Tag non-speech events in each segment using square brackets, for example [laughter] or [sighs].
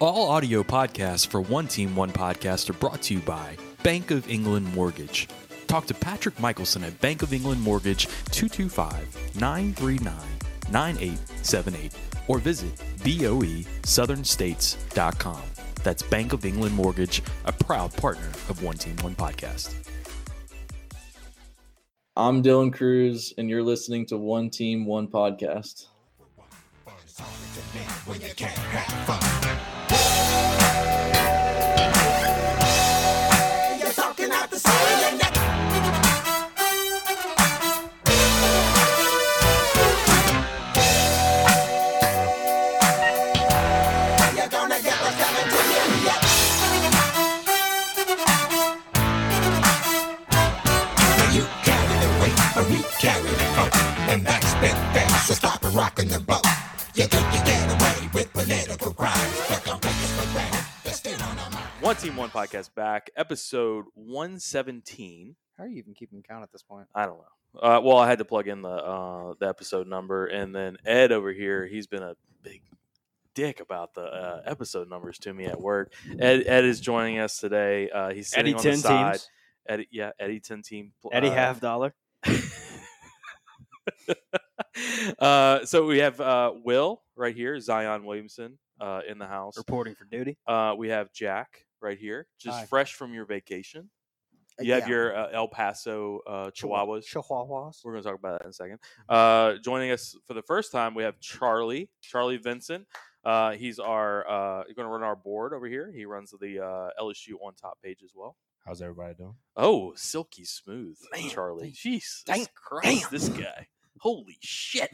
All audio podcasts for One Team One Podcast are brought to you by Bank of England Mortgage. Talk to Patrick Michelson at Bank of England Mortgage 225 939 9878 or visit E boesouthernstates.com. That's Bank of England Mortgage, a proud partner of One Team One Podcast. I'm Dylan Cruz, and you're listening to One Team, One Podcast. One Team One Podcast back, episode 117. How are you even keeping count at this point? I don't know. Uh, well, I had to plug in the uh, the episode number, and then Ed over here, he's been a big dick about the uh, episode numbers to me at work. Ed, Ed is joining us today. Uh, he's sitting Eddie on ten the side. teams. Eddie, yeah, Eddie ten team. pl- Eddie uh, half dollar. uh, so we have uh, Will right here, Zion Williamson uh, in the house. Reporting for duty. Uh, we have Jack right here, just Hi. fresh from your vacation. You have Yeah. your uh, El Paso uh, Chihuahuas. Chihuahuas. Mm-hmm. We're going to talk about that in a second. Uh, joining us for the first time, we have Charlie, Charlie Vincent. Uh, he's our uh, going to run our board over here. He runs the uh, LSU on top page as well. How's everybody doing? Oh, silky smooth, Man, Charlie. dang, Jeez, dang, damn. Christ, this guy. Holy [laughs] shit.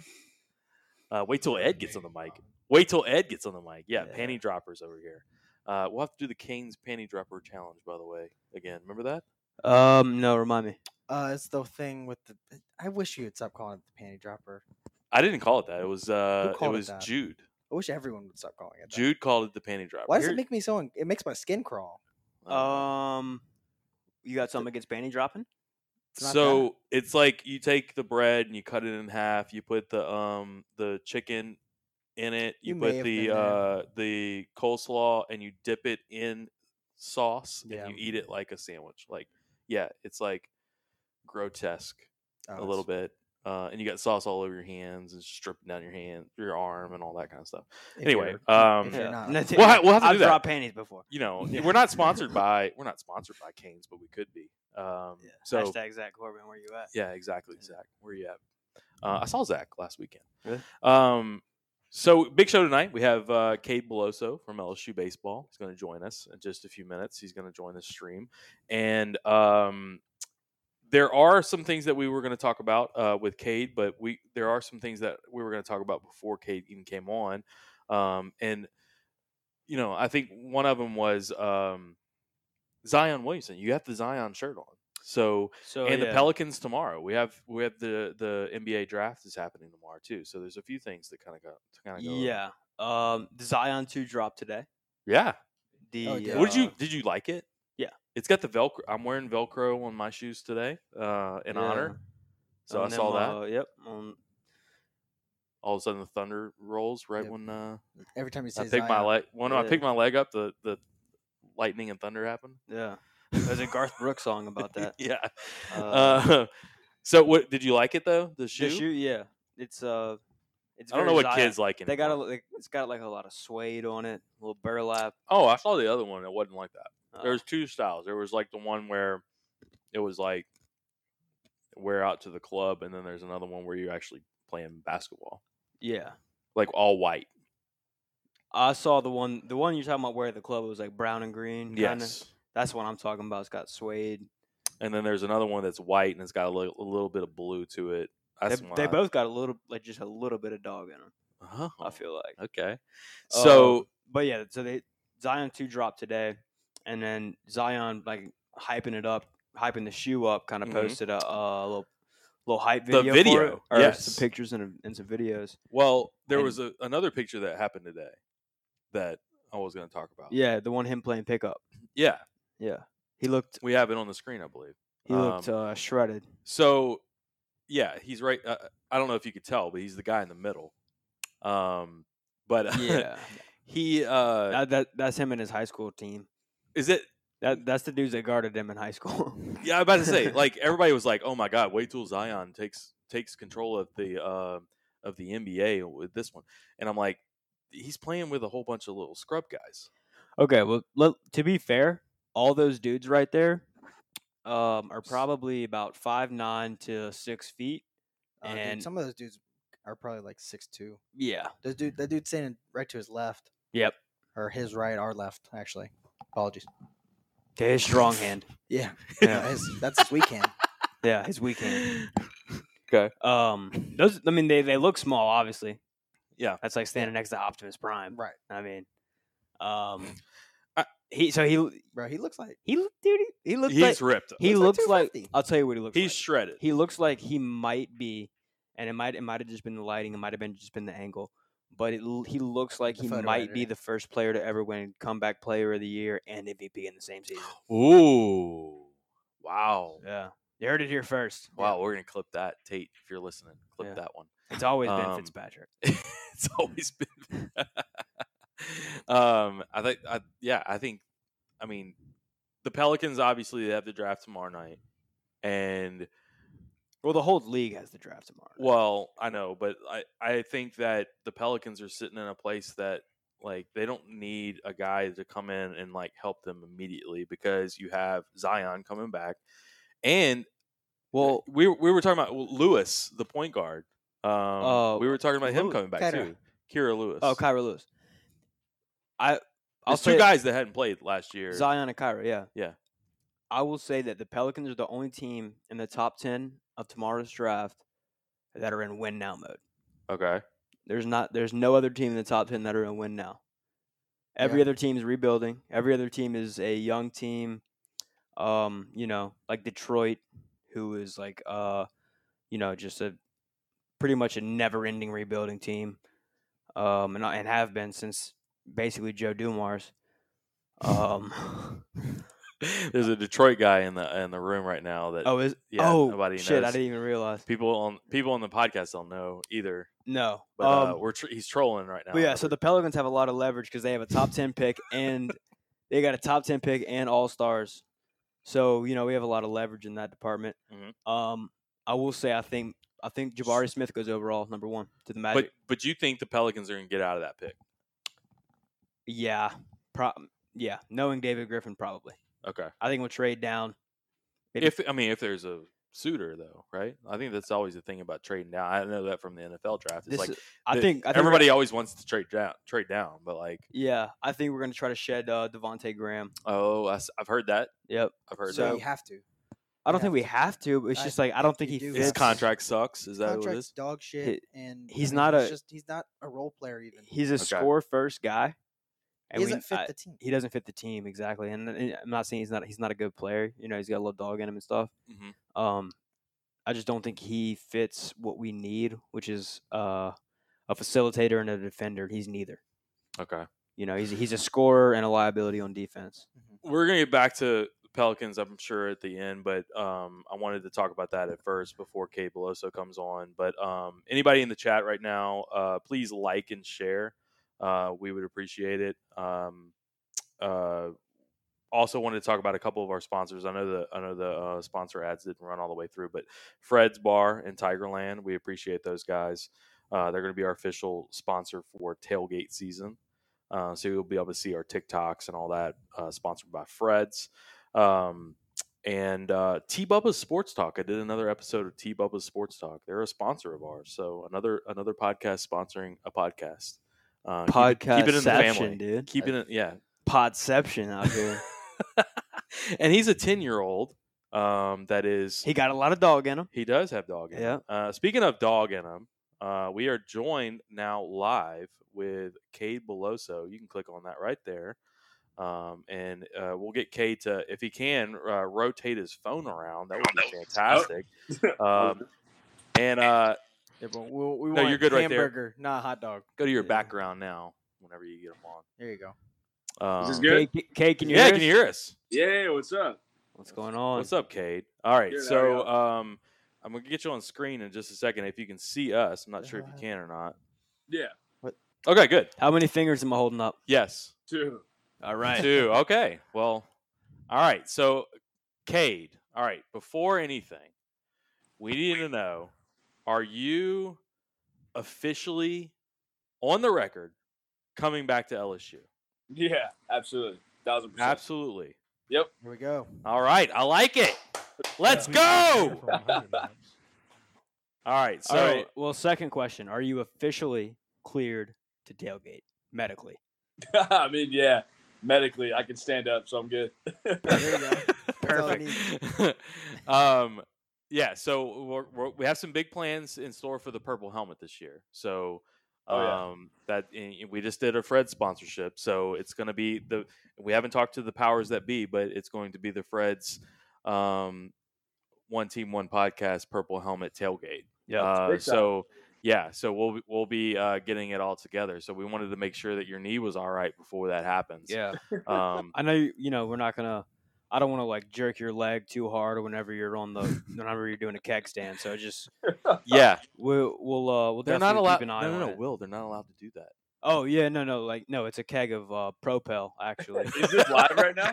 Uh, wait till Ed gets on the mic. Wait till Ed gets on the mic. Yeah, Yeah. panty droppers over here. Uh, we'll have to do the Canes panty dropper challenge, by the way. Again, remember that? Um, no, remind me. Uh, it's the thing with the. I wish you would stop calling it the panty dropper. I didn't call it that. It was uh, it called it was that? Jude. I wish everyone would stop calling it. that. Jude called it the panty dropper. Why does Here- it make me so? Un- it makes my skin crawl. I don't know. Um, you got something against panty dropping? It's not so it's like you take the bread and you cut it in half. You put the um the chicken in it. You, You may put have the been there. uh the coleslaw and you dip it in sauce Yeah. and you eat it like a sandwich. Like yeah, it's like grotesque that. a Oh, little it's- bit. Uh, and you got sauce all over your hands and stripping down your hand, your arm, and all that kind of stuff. if Anyway, you're- um, if you're [laughs] not- [laughs] That's it. We'll ha- we'll have to I've do that. dropped panties before. You know, [laughs] Yeah. we're not sponsored by we're not sponsored by Canes, but we could be. Um, so Hashtag Zach Corbin, where you at? Yeah, exactly. Yeah. Mm-hmm. Zach, where you at? Uh, I saw Zach last weekend. Really? Um, so big show tonight. We have uh, Cade Beloso from LSU baseball. He's going to join us in just a few minutes. He's going to join the stream, and um, there are some things that we were going to talk about uh, with Cade, but we there are some things that we were going to talk about before Cade even came on, um, and you know I think one of them was um, Zion Williamson. You have the Zion shirt on, so So and the yeah. Pelicans tomorrow. We have we have the the NBA draft is happening tomorrow too. So there's a few things that kind of go to kind of go. over. Yeah. Um, the Zion two dropped today. yeah. The Oh, yeah. What did you uh, did you like it? yeah. it's got the Velcro. I'm wearing Velcro on my shoes today uh, in honor. So I on saw them, that. Uh, yep. On, All of a sudden the thunder rolls right Yep. when uh, every time you I say pick Zion, my leg. When I Yeah. pick my leg up, the the lightning and thunder happen. yeah. There's [laughs] a Garth Brooks song about that. yeah. Uh, [laughs] Uh, so what did you like it though? The shoe. The shoe, yeah. It's uh, it's. I don't know very what Zion. kids like. They got a, anymore. like, it's got like a lot of suede on it, a little burlap. Oh, I saw the other one. It wasn't like that. Uh, There was two styles. There was like the one where it was like wear out to the club, and then there's another one where you're actually playing basketball, yeah. like all white. I saw the one the one you're talking about where the club was like brown and green. Kinda. Yes. That's what I'm talking about. It's got suede. And then there's another one that's white and it's got a li- a little bit of blue to it. They, That's the one they I- both got a little like just a little bit of dog in them. Oh, I feel like. okay. So Um, but yeah, so they Zion two dropped today, and then Zion like hyping it up, hyping the shoe up, kind of Mhm. posted a, a little little hype The video. for it, video, or yes. some pictures and, a- and some videos. well, there and- was a, another picture that happened today that I was going to talk about. Yeah, the one him playing pickup. yeah, Yeah, he looked we have it on the screen, I believe. he looked Um, [laughs] uh, shredded. So, yeah, he's right. Uh, I don't know if you could tell, but [laughs] he's the guy in the middle. Um, but Yeah, He uh, That, that that's him and his high school team. is it? That that's the dudes that guarded him in high school. Yeah, I was about to say. Like everybody was like, "Oh my God, wait till Zion takes takes control of the uh, of the NBA with this one," and I'm like, he's playing with a whole bunch of little scrub guys. Okay, well, let, to be fair, all those dudes right there um, are probably about five nine to six feet. Uh, dude, And- some of those dudes are probably like six two. Yeah, Those dude, that dude standing right to his left. Yep. Or his right, our left, actually. Apologies. to his strong hand. Yeah. Yeah, [laughs] his- that's his weekend. [laughs] yeah, his weak hand. Okay. Um, those. I mean, they they look small, obviously. Yeah. that's like standing next to Optimus Prime. right, I mean, um, I- he so he bro. He looks like he look- dude he, he looks He's like ripped. he looks looks, like like, 250. I'll tell you what he looks He's like. shredded. he looks like he might be, and it might it might have just been the lighting, it might have been just been the angle, but it, l- he looks like The he photo might be editing. the first player to ever win comeback player of the year and MVP in the same season. Ooh. Wow. Yeah, you heard it here first. Wow, we're gonna clip that, Tate. If you're listening, clip Yeah. that one. It's always been Um, Fitzpatrick. [laughs] it's always been. um, I think, I, yeah, I think, I mean, the Pelicans obviously they have the draft tomorrow night, and Well, the whole league has the draft tomorrow. well, I know, but I I think that the Pelicans are sitting in a place that like they don't need a guy to come in and like help them immediately because you have Zion coming back, and well, we we were talking about Lewis, the point guard. Um, Oh, we were talking about him Lew- coming back Kyra. too. Kira Lewis. oh, Kyra Lewis. I I'll There's two say- guys that hadn't played last year. Zion and Kyra, yeah. Yeah. I will say that the Pelicans are the only team in the top 10 of tomorrow's draft that are in win now mode. [laughs] Okay. There's not there's no other team in the top 10 that are in win now. Every Yeah. other team is rebuilding. Every other team is a young team um, you know, like Detroit who is like uh, you know, just a pretty much a never-ending rebuilding team. Um and, and have been since basically Joe Dumars. [laughs] Um There's a Detroit guy in the in the room right now that Oh, is yeah, oh nobody shit! I knows. didn't even realize. people on people on the podcast don't know either. No, But um, uh, we're tr- he's trolling right now. but yeah. So the Pelicans have a lot of leverage because they have a top ten pick and they got a top ten pick and all stars. So you know we have a lot of leverage in that department. Mhm. Um, I will say I think I think Jabari Smith goes overall number one to the Magic. but but you think the Pelicans are gonna get out of that pick? yeah, pro- yeah. Knowing David Griffin, probably Okay. I think we'll trade down. Maybe- If I mean if there's a suitor though, right? I think that's always the thing about trading down. I know that from the NFL draft. It's This like is- I the- think I think we're- everybody always wants to trade down, trade down, but like Yeah, I think we're gonna try to shed uh, Devonte Graham. oh, I, have heard that. Yep. I've heard so so. you have to. I don't Yeah. think we have to, but it's I- just like I don't think you he do that fits. have his contract sucks. Is that what it Contracts is? dog shit, and I he's mean, not he's a- just he's not a role player even. He he's a Okay. score first guy, and we, doesn't fit I- the team. he doesn't fit the team exactly. And, and I'm not saying he's not he's not a good player. You know, he's got a little dog in him and stuff. Mhm. Um, I just don't think he fits what we need, which is uh, a facilitator and a defender. He's neither. Okay. You know, he's he's a scorer and a liability on defense. we're gonna get back to Pelicans, I'm sure, at the end, but um, I wanted to talk about that at first before Kay Beloso comes on. But um, anybody in the chat right now, uh, please like and share. Uh, we would appreciate it. Um, uh, also wanted to talk about a couple of our sponsors. I know the I know the uh, sponsor ads didn't run all the way through, but Fred's Bar and Tigerland, we appreciate those guys. Uh, they're going to be our official sponsor for tailgate season. Uh, so you'll be able to see our TikToks and all that uh, sponsored by Fred's. Um, and uh, T Bubba's Sports Talk. I did another episode of T Bubba's Sports Talk. They're a sponsor of ours. So another another podcast sponsoring a podcast. Uh, keep it- Podcast, dude. Keep it in, yeah, Podception out [laughs] here. and he's a 10 year old um, that is he got a lot of dog in him. he does have dog in him. Uh, speaking of dog in him, uh, we are joined now live with Cade Beloso. You can click on that right there. Um, and uh, we'll get Cade to, if he can, uh, rotate his phone around. That would be Oh. [laughs] fantastic. Um, and uh, Yeah, but we'll, we No, want you're good right there. hamburger, not hot dog. go to your Yeah. background now whenever you get him on. There you go. Um, Is this good? Kay, Kay, can you yeah, hear can us? you hear us? Yeah, what's up? What's going on? What's up, Cade? All right, Good, how are so y'all? um, I'm gonna get you on screen in just a second if you can see us. I'm not sure if you Uh, can or not. Yeah. What Okay, good. How many fingers am I holding up? Yes. Two. All right. Two. Okay. Well, all right. So, Cade, all right. Before anything, we need to know are you officially on the record coming back to LSU? Yeah, absolutely. Thousand percent. Absolutely. Here we go. All right. I like it. Let's go. All right. So, All right. Well, second question: Are you officially cleared to tailgate medically? [laughs] I mean, yeah. Medically, I can stand up, so I'm good. There you go. That's all I Perfect. [laughs] um, yeah, so we're, we're, we have some big plans in store for the purple helmet this year. So Oh, yeah. um, that and we just did a Fred sponsorship, so it's going to be the we haven't talked to the powers that be, but it's going to be the Fred's um, one team one podcast purple helmet tailgate. Yeah. Uh, big time. so yeah, so we'll be- we'll be uh, getting it all together. So we wanted to make sure that your knee was all right before that happens. Yeah. [laughs] Um, I know. You you know, we're not gonna. I don't want to like jerk your leg too hard whenever you're on [laughs] the whenever you're doing a keg stand. So just yeah. we'll we'll uh we'll They're definitely not allowed. keep an eye no, no, on no. it. Will, they're not allowed to do that. Oh yeah, no, no, like no, it's a keg of uh Propel [laughs] actually. Is this live right now?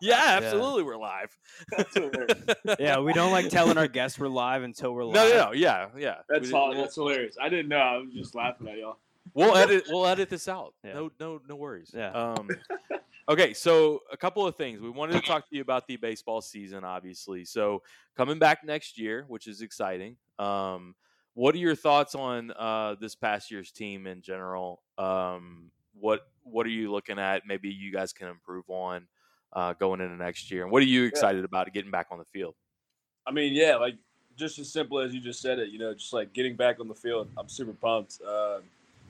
Yeah, absolutely, We're live. [laughs] That's hilarious. yeah, we don't like telling our guests we're live until we're No, live. no, no. Yeah, yeah. That's, We- hol- we'll, that's hilarious. I didn't know. I was just laughing at y'all. we'll edit. We'll edit this out. Yeah. No, no, no worries. Yeah. Um, [laughs] okay, so a couple of things we wanted to talk to you about the baseball season, obviously. So coming back next year, which is exciting. Um, what are your thoughts on uh, this past year's team in general? Um, what What are you looking at? Maybe you guys can improve on uh, going into next year. And what are you excited about getting back on the field? I mean, yeah, like just as simple as you just said it, you know, just like getting back on the field. I'm super pumped. Um,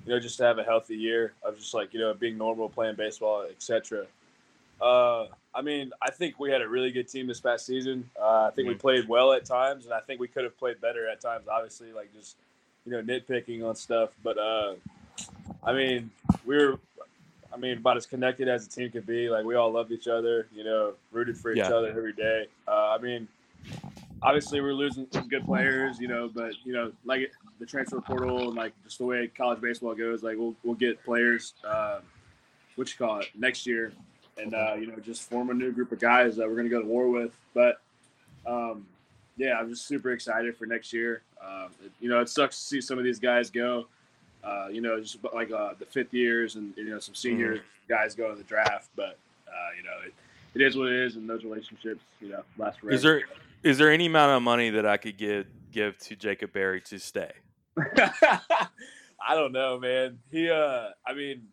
you know, just to have a healthy year of just like, you know, being normal, playing baseball, etc. Uh, I mean, I think we had a really good team this past season. Uh, I think we played well at times, and I think we could have played better at times, obviously, like just, you know, nitpicking on stuff. But, uh, I mean, we were, I mean, about as connected as a team could be. Like, we all loved each other, you know, rooted for each Yeah. other every day. Uh, I mean, obviously we're losing some good players, you know, but you know, like the transfer portal and like just the way college baseball goes, like we'll we'll get players, uh, what you call it, next year, and uh, you know, just form a new group of guys that we're gonna go to war with. But um, yeah, I'm just super excited for next year. Um, it- you know, it sucks to see some of these guys go. Uh, you know, just about, like uh, the fifth years and you know some senior Mm-hmm. guys go to the draft, but uh, you know it, it is what it is, and those relationships, you know, last forever. Is there is there any amount of money that I could give give to Jacob Berry to stay? [laughs] I don't know, man. He, uh, I mean,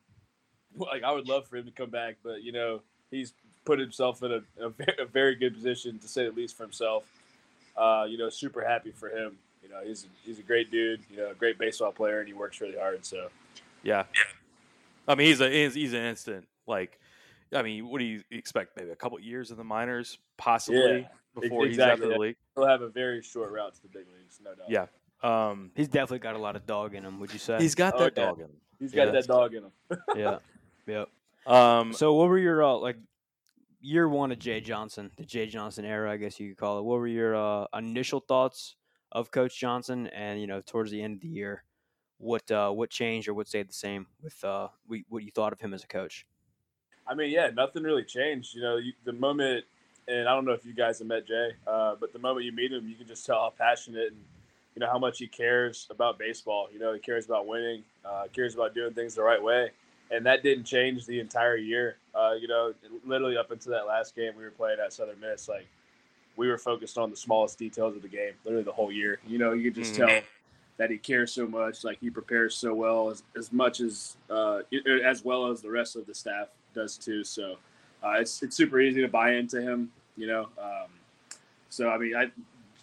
like I would love for him to come back, but you know, he's put himself in a, a, ve- a very good position to say the least for himself. Uh, you know, super happy for him. You know, he's he's a great dude. You know, a great baseball player, and he works really hard. So Yeah, I mean he's a he's, he's an instant like. I mean, what do you expect? Maybe a couple years in the minors, possibly before he's out of exactly. the league. he'll have a very short route to the big leagues, no doubt. Yeah. Um, He's definitely got a lot of dog in him, would you say? he's got Oh, that yeah. dog in him. he's got Yeah. that dog in him. yeah. Yeah. Um, So what were your uh, like year one of Jay Johnson, the Jay Johnson era, I guess you could call it. What were your uh, initial thoughts of Coach Johnson, and you know towards the end of the year, what uh, what changed or what stayed the same with uh, we, what you thought of him as a coach? I mean, yeah, nothing really changed. You know, you, the moment, and I don't know if you guys have met Jay, uh, but the moment you meet him, you can just tell how passionate and you know how much he cares about baseball. You know, he cares about winning, uh, cares about doing things the right way, and that didn't change the entire year. Uh, you know, literally up until that last game we were playing at Southern Miss, like we were focused on the smallest details of the game, literally the whole year. You know, you could just Mhm. tell that he cares so much, like he prepares so well, as, as much as uh, y- as well as the rest of the staff does too. So uh, it's it's super easy to buy into him, you know. Um, so I mean, I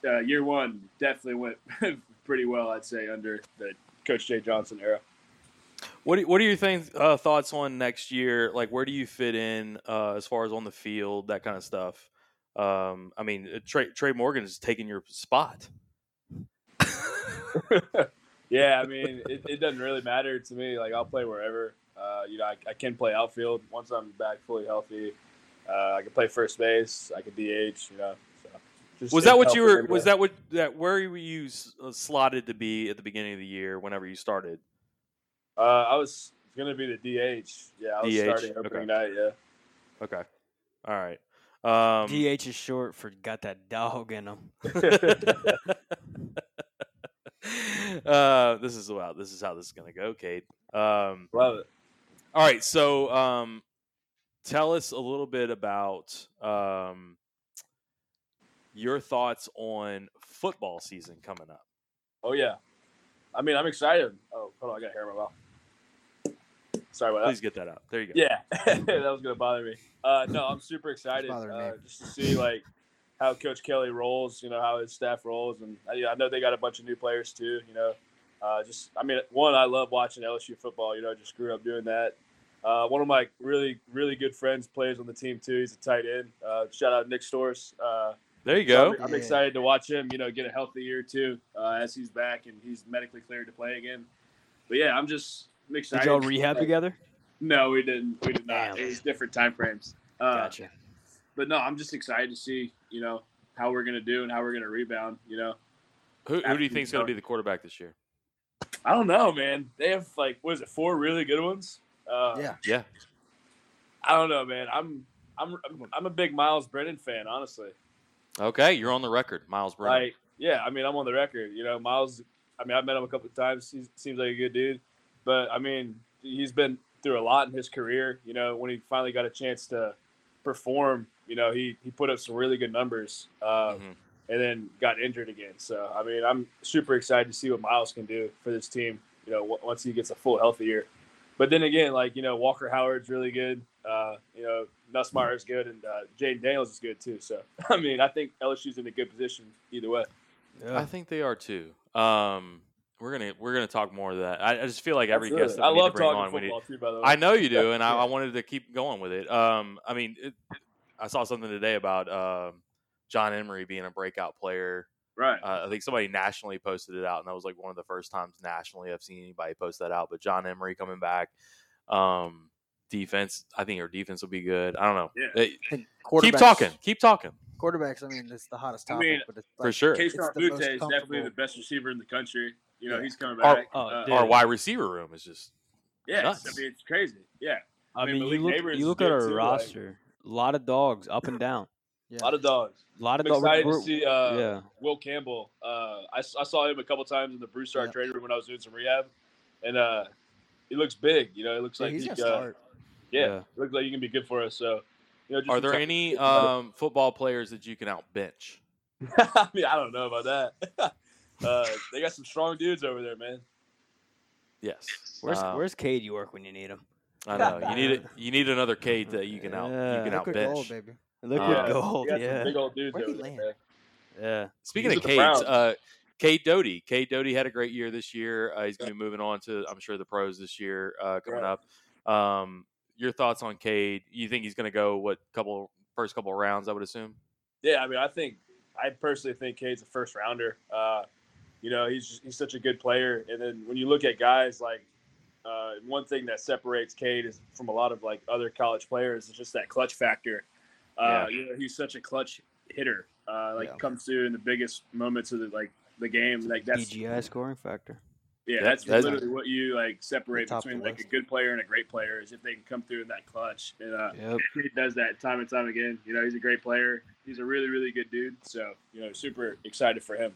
uh, year one definitely went [laughs] pretty well, I'd say, under the Coach Jay Johnson era. What do, what are your things, uh, thoughts on next year? Like, where do you fit in uh, as far as on the field, that kind of stuff? Um, I mean, uh, Trey, Trey Morgan is taking your spot. Yeah, [laughs] I mean, it, it doesn't really matter to me. Like, I'll play wherever. Uh, you know, I, I can play outfield once I'm back fully healthy. Uh, I can play first base. I can DH. You know, so just Was that what you healthy were? Was everywhere. that what that? Where were you s- uh, slotted to be at the beginning of the year? Whenever you started, Uh, I was gonna be the DH. Yeah, I was DH, starting opening night. Yeah, Okay. All right. Um, DH is short for got that dog in [laughs] him. [laughs] uh, this is wow. This is how this is gonna go, Cade. Um, love it. all right. So, um, tell us a little bit about um, your thoughts on football season coming up. Oh yeah, I mean I'm excited. Oh, hold on, I got hair in my mouth. Sorry about that. Please get that out. There you go. Uh, Yeah, [laughs] that was gonna bother me. Uh, no, [laughs] I'm super excited bothering me. uh, just to see like how Coach Kelly rolls. You know how his staff rolls, and I, yeah, I know they got a bunch of new players too. You know, uh, just I mean, one I love watching LSU football. You know, I just grew up doing that. Uh, one of my really really good friends plays on the team too. He's a tight end. Uh, shout out Nick Stores. Uh, There you so go. I'm, I'm Yeah. excited to watch him, you know, get a healthy year too uh, as he's back and he's medically cleared to play again. But yeah, I'm just I'm excited. Uh, Did y'all rehab Like, together? No, we didn't. We did not. Damn. It was different time frames. Uh, Gotcha. But no, I'm just excited to see, you know, how we're gonna do and how we're gonna rebound. You know, Who, who do you Absolutely think is going to not. be the quarterback this year? I don't know, man. They have like what is it, four really good ones? Uh, yeah. Yeah. I don't know, man. I'm I'm I'm- I'm a big Miles Brennan fan, honestly. Okay, you're on the record, Miles Brennan. Like, yeah, I mean, I'm on the record. You know, Miles. I mean, I've met him a couple of times. He seems like a good dude, but I mean, he's been through a lot in his career. You know, when he finally got a chance to perform, you know, he he put up some really good numbers, uh, Mhm. and then got injured again. So, I mean, I'm super excited to see what Miles can do for this team. You know, w- once he gets a full healthy year. But then again, like you know, Walker Howard's really good. Uh, you know, Nussmeyer's good, and uh, Jaden Daniels is good too. So, [laughs] I mean, I think LSU's in a good position either way. I think they are too. Um, we're gonna we're gonna talk more of that. I, I just feel like every guest Absolutely. that I we need love to bring talking on, we need football too. By the way, I know you do, and I, Yeah. I wanted to keep going with it. Um, I mean, it, I saw something today about um John Emery being a breakout player. right? Uh, I think somebody nationally posted it out, and that was like one of the first times nationally I've seen anybody post that out. But John Emery coming back, um, defense. I think our defense will be good. I don't know. Yeah. Hey, I think keep quarterbacks- talking. Keep talking Quarterbacks. I mean, it's the hottest I topic, mean, but it's for like, sure. Case It's the Butte most is definitely comfortable. the best receiver in the country. You know, Yeah. he's coming Our- back. oh, uh, dude. Our wide receiver room is just yes, nuts. I mean it's crazy. Yeah, I mean, mean, Malik you look, Neighbors you is look at good, our too, like- roster. A lot of dogs up and down. yeah. a lot of dogs. A lot of I'm dogs. excited to see uh, yeah. Will Campbell. Uh, I, s- I saw him a couple times in the Bruce Star Yeah. training room when I was doing some rehab, and uh, he looks big. You know, it looks Yeah, like he's he, gonna uh, start. yeah, Yeah. looks like he can be good for us. So, you know, just Are to there talk- [laughs] any um, football players that you can outbench? I mean, I don't know about that. [laughs] uh, they got some strong dudes over there, man. Yes. Where's uh, Um, Where's Cade York when you need him? I know [laughs] you need it. You need another Cade that you can out. You Yeah. can Look Liquid gold, outbench. baby. Liquid Uh, gold. They got some Yeah. big old dudes Where'd he over there. land? man. Yeah. Speaking These of are the Cades, Browns. uh, Cade Doty. Cade Doty had a great year this year. Uh, he's going to be moving on to, I'm sure, the pros this year uh, coming Right. up. Um, your thoughts on Cade? You think he's going to go what couple first couple rounds? I would assume. Yeah, I mean, I think I personally think Cade's a first rounder. Uh, you know, he's just, he's such a good player. And then when you look at guys like uh, one thing that separates Cade is from a lot of like other college players is just that clutch factor. Uh, Yeah. You know, he's such a clutch hitter. Uh, like Yeah. comes through in the biggest moments of the, like the game. Like that's BGI scoring factor. yeah, Yeah, that's, that's- literally what you like separate Top of the between like a West. good player and a great player is if they can come through in that clutch. And uh, Yep. he does that time and time again. You know, he's a great player. He's a really, really good dude. So, you know, super excited for him.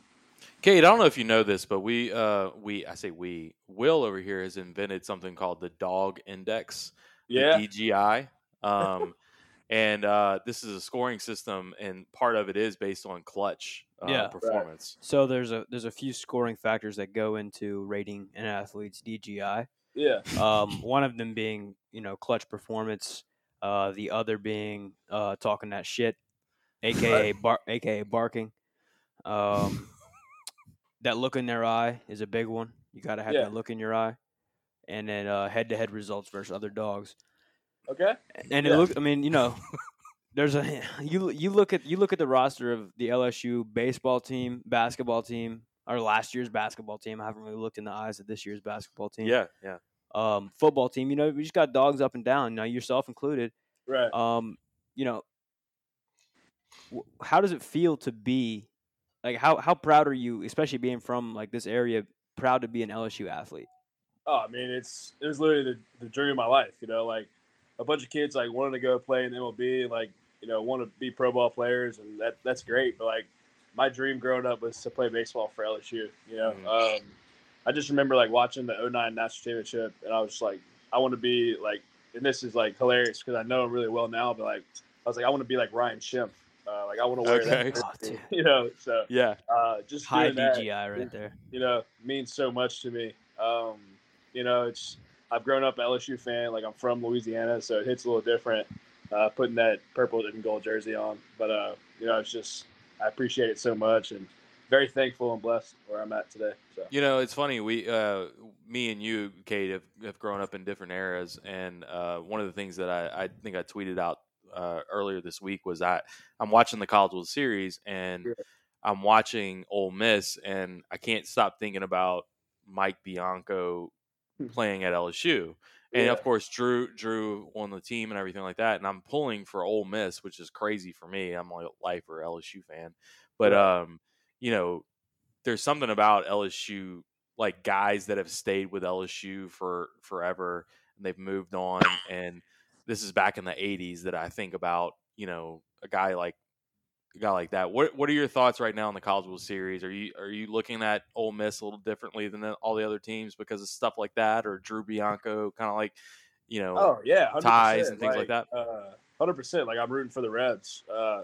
Cade, I don't know if you know this, but we uh, we I say we Will over here has invented something called the Dog Index. the Yeah. DGI. [laughs] Um, and uh, this is a scoring system, and part of it is based on clutch uh, Yeah. Right. performance. So there's a there's a few scoring factors that go into rating an athlete's DGI. Yeah. Um, one of them being you know clutch performance. Uh, the other being uh, talking that shit, aka bar- aka barking. Um, that look in their eye is a big one. You got to have Yeah. that look in your eye, and then uh, head-to-head results versus other dogs. Okay. And Yeah. it look, I mean, you know, there's a you you look at you look at the roster of the LSU baseball team, basketball team, or last year's basketball team. I haven't really looked in the eyes of this year's basketball team. Yeah, yeah. Um, football team. You know, we just got dogs up and down. Now yourself included. Right. Um, you know, wh- how does it feel to be like how how proud are you, especially being from like this area, proud to be an LSU athlete? Oh, I mean, it's it was literally the, the dream of my life. You know, like a bunch of kids like wanted to go play in MLB, and, like you know, want to be pro ball players, and that that's great. But like my dream growing up was to play baseball for LSU. You know, um, I just remember like watching the 09 national championship, and I was just like, I want to be like, and this is like hilarious because I know him really well now, but like I was like, I want to be like Ryan Schimpf. Uh, like I want to wear Okay. [laughs] that, Oh, dude. you know. So Yeah. uh, just High doing that, BGI right there. you know, means so much to me. Um, you know, it's I've grown up an LSU fan. Like I'm from Louisiana, so it hits a little different uh, putting that purple and gold jersey on. But uh, you know, it's just I appreciate it so much and very thankful and blessed where I'm at today. So You know, it's funny. We, uh, me and you, Kate, have, have grown up in different eras, and uh, one of the things that I, I think I tweeted out uh, earlier this week was I I'm watching the College World Series and Sure. I'm watching Ole Miss, and I can't stop thinking about Mike Bianco playing at LSU. And Yeah. of course, Drew Drew on the team and everything like that. And I'm pulling for Ole Miss, which is crazy for me. I'm like a lifer LSU fan, but um, you know, there's something about LSU like guys that have stayed with LSU for forever and they've moved on and this is back in the 80s that I think about, you know, a guy like a guy like that. What what are your thoughts right now on the College World Series? Are you are you looking at Ole Miss a little differently than the- all the other teams because of stuff like that or Drew Bianco kind of like, you know, Oh yeah, 100%, ties and things like uh, Hundred percent. Like I'm rooting for the Reds. Uh,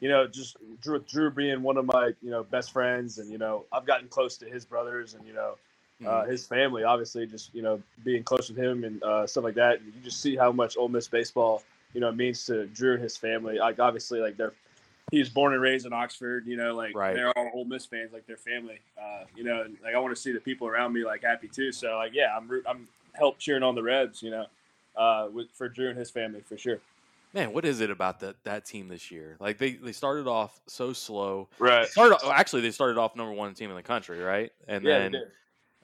you know, just Drew, Drew being one of my you know best friends, and you know I've gotten close to his brothers, and you know hmm, uh, his family. Obviously, just you know being close with him and uh, stuff like that. And you just see how much Ole Miss baseball you know means to Drew and his family. Like obviously, like they're he was born and raised in Oxford. You know, like Right. they're all Ole Miss fans, like their family. Uh, you know, and like I want to see the people around me like happy too. So like yeah, I'm root- I'm help cheering on the Reds. You know, uh, with for Drew and his family for sure. man, what is it about that that team this year? Like they they started off so slow. Right. Started oh, actually they started off number 1 team in the country, right? And yeah, then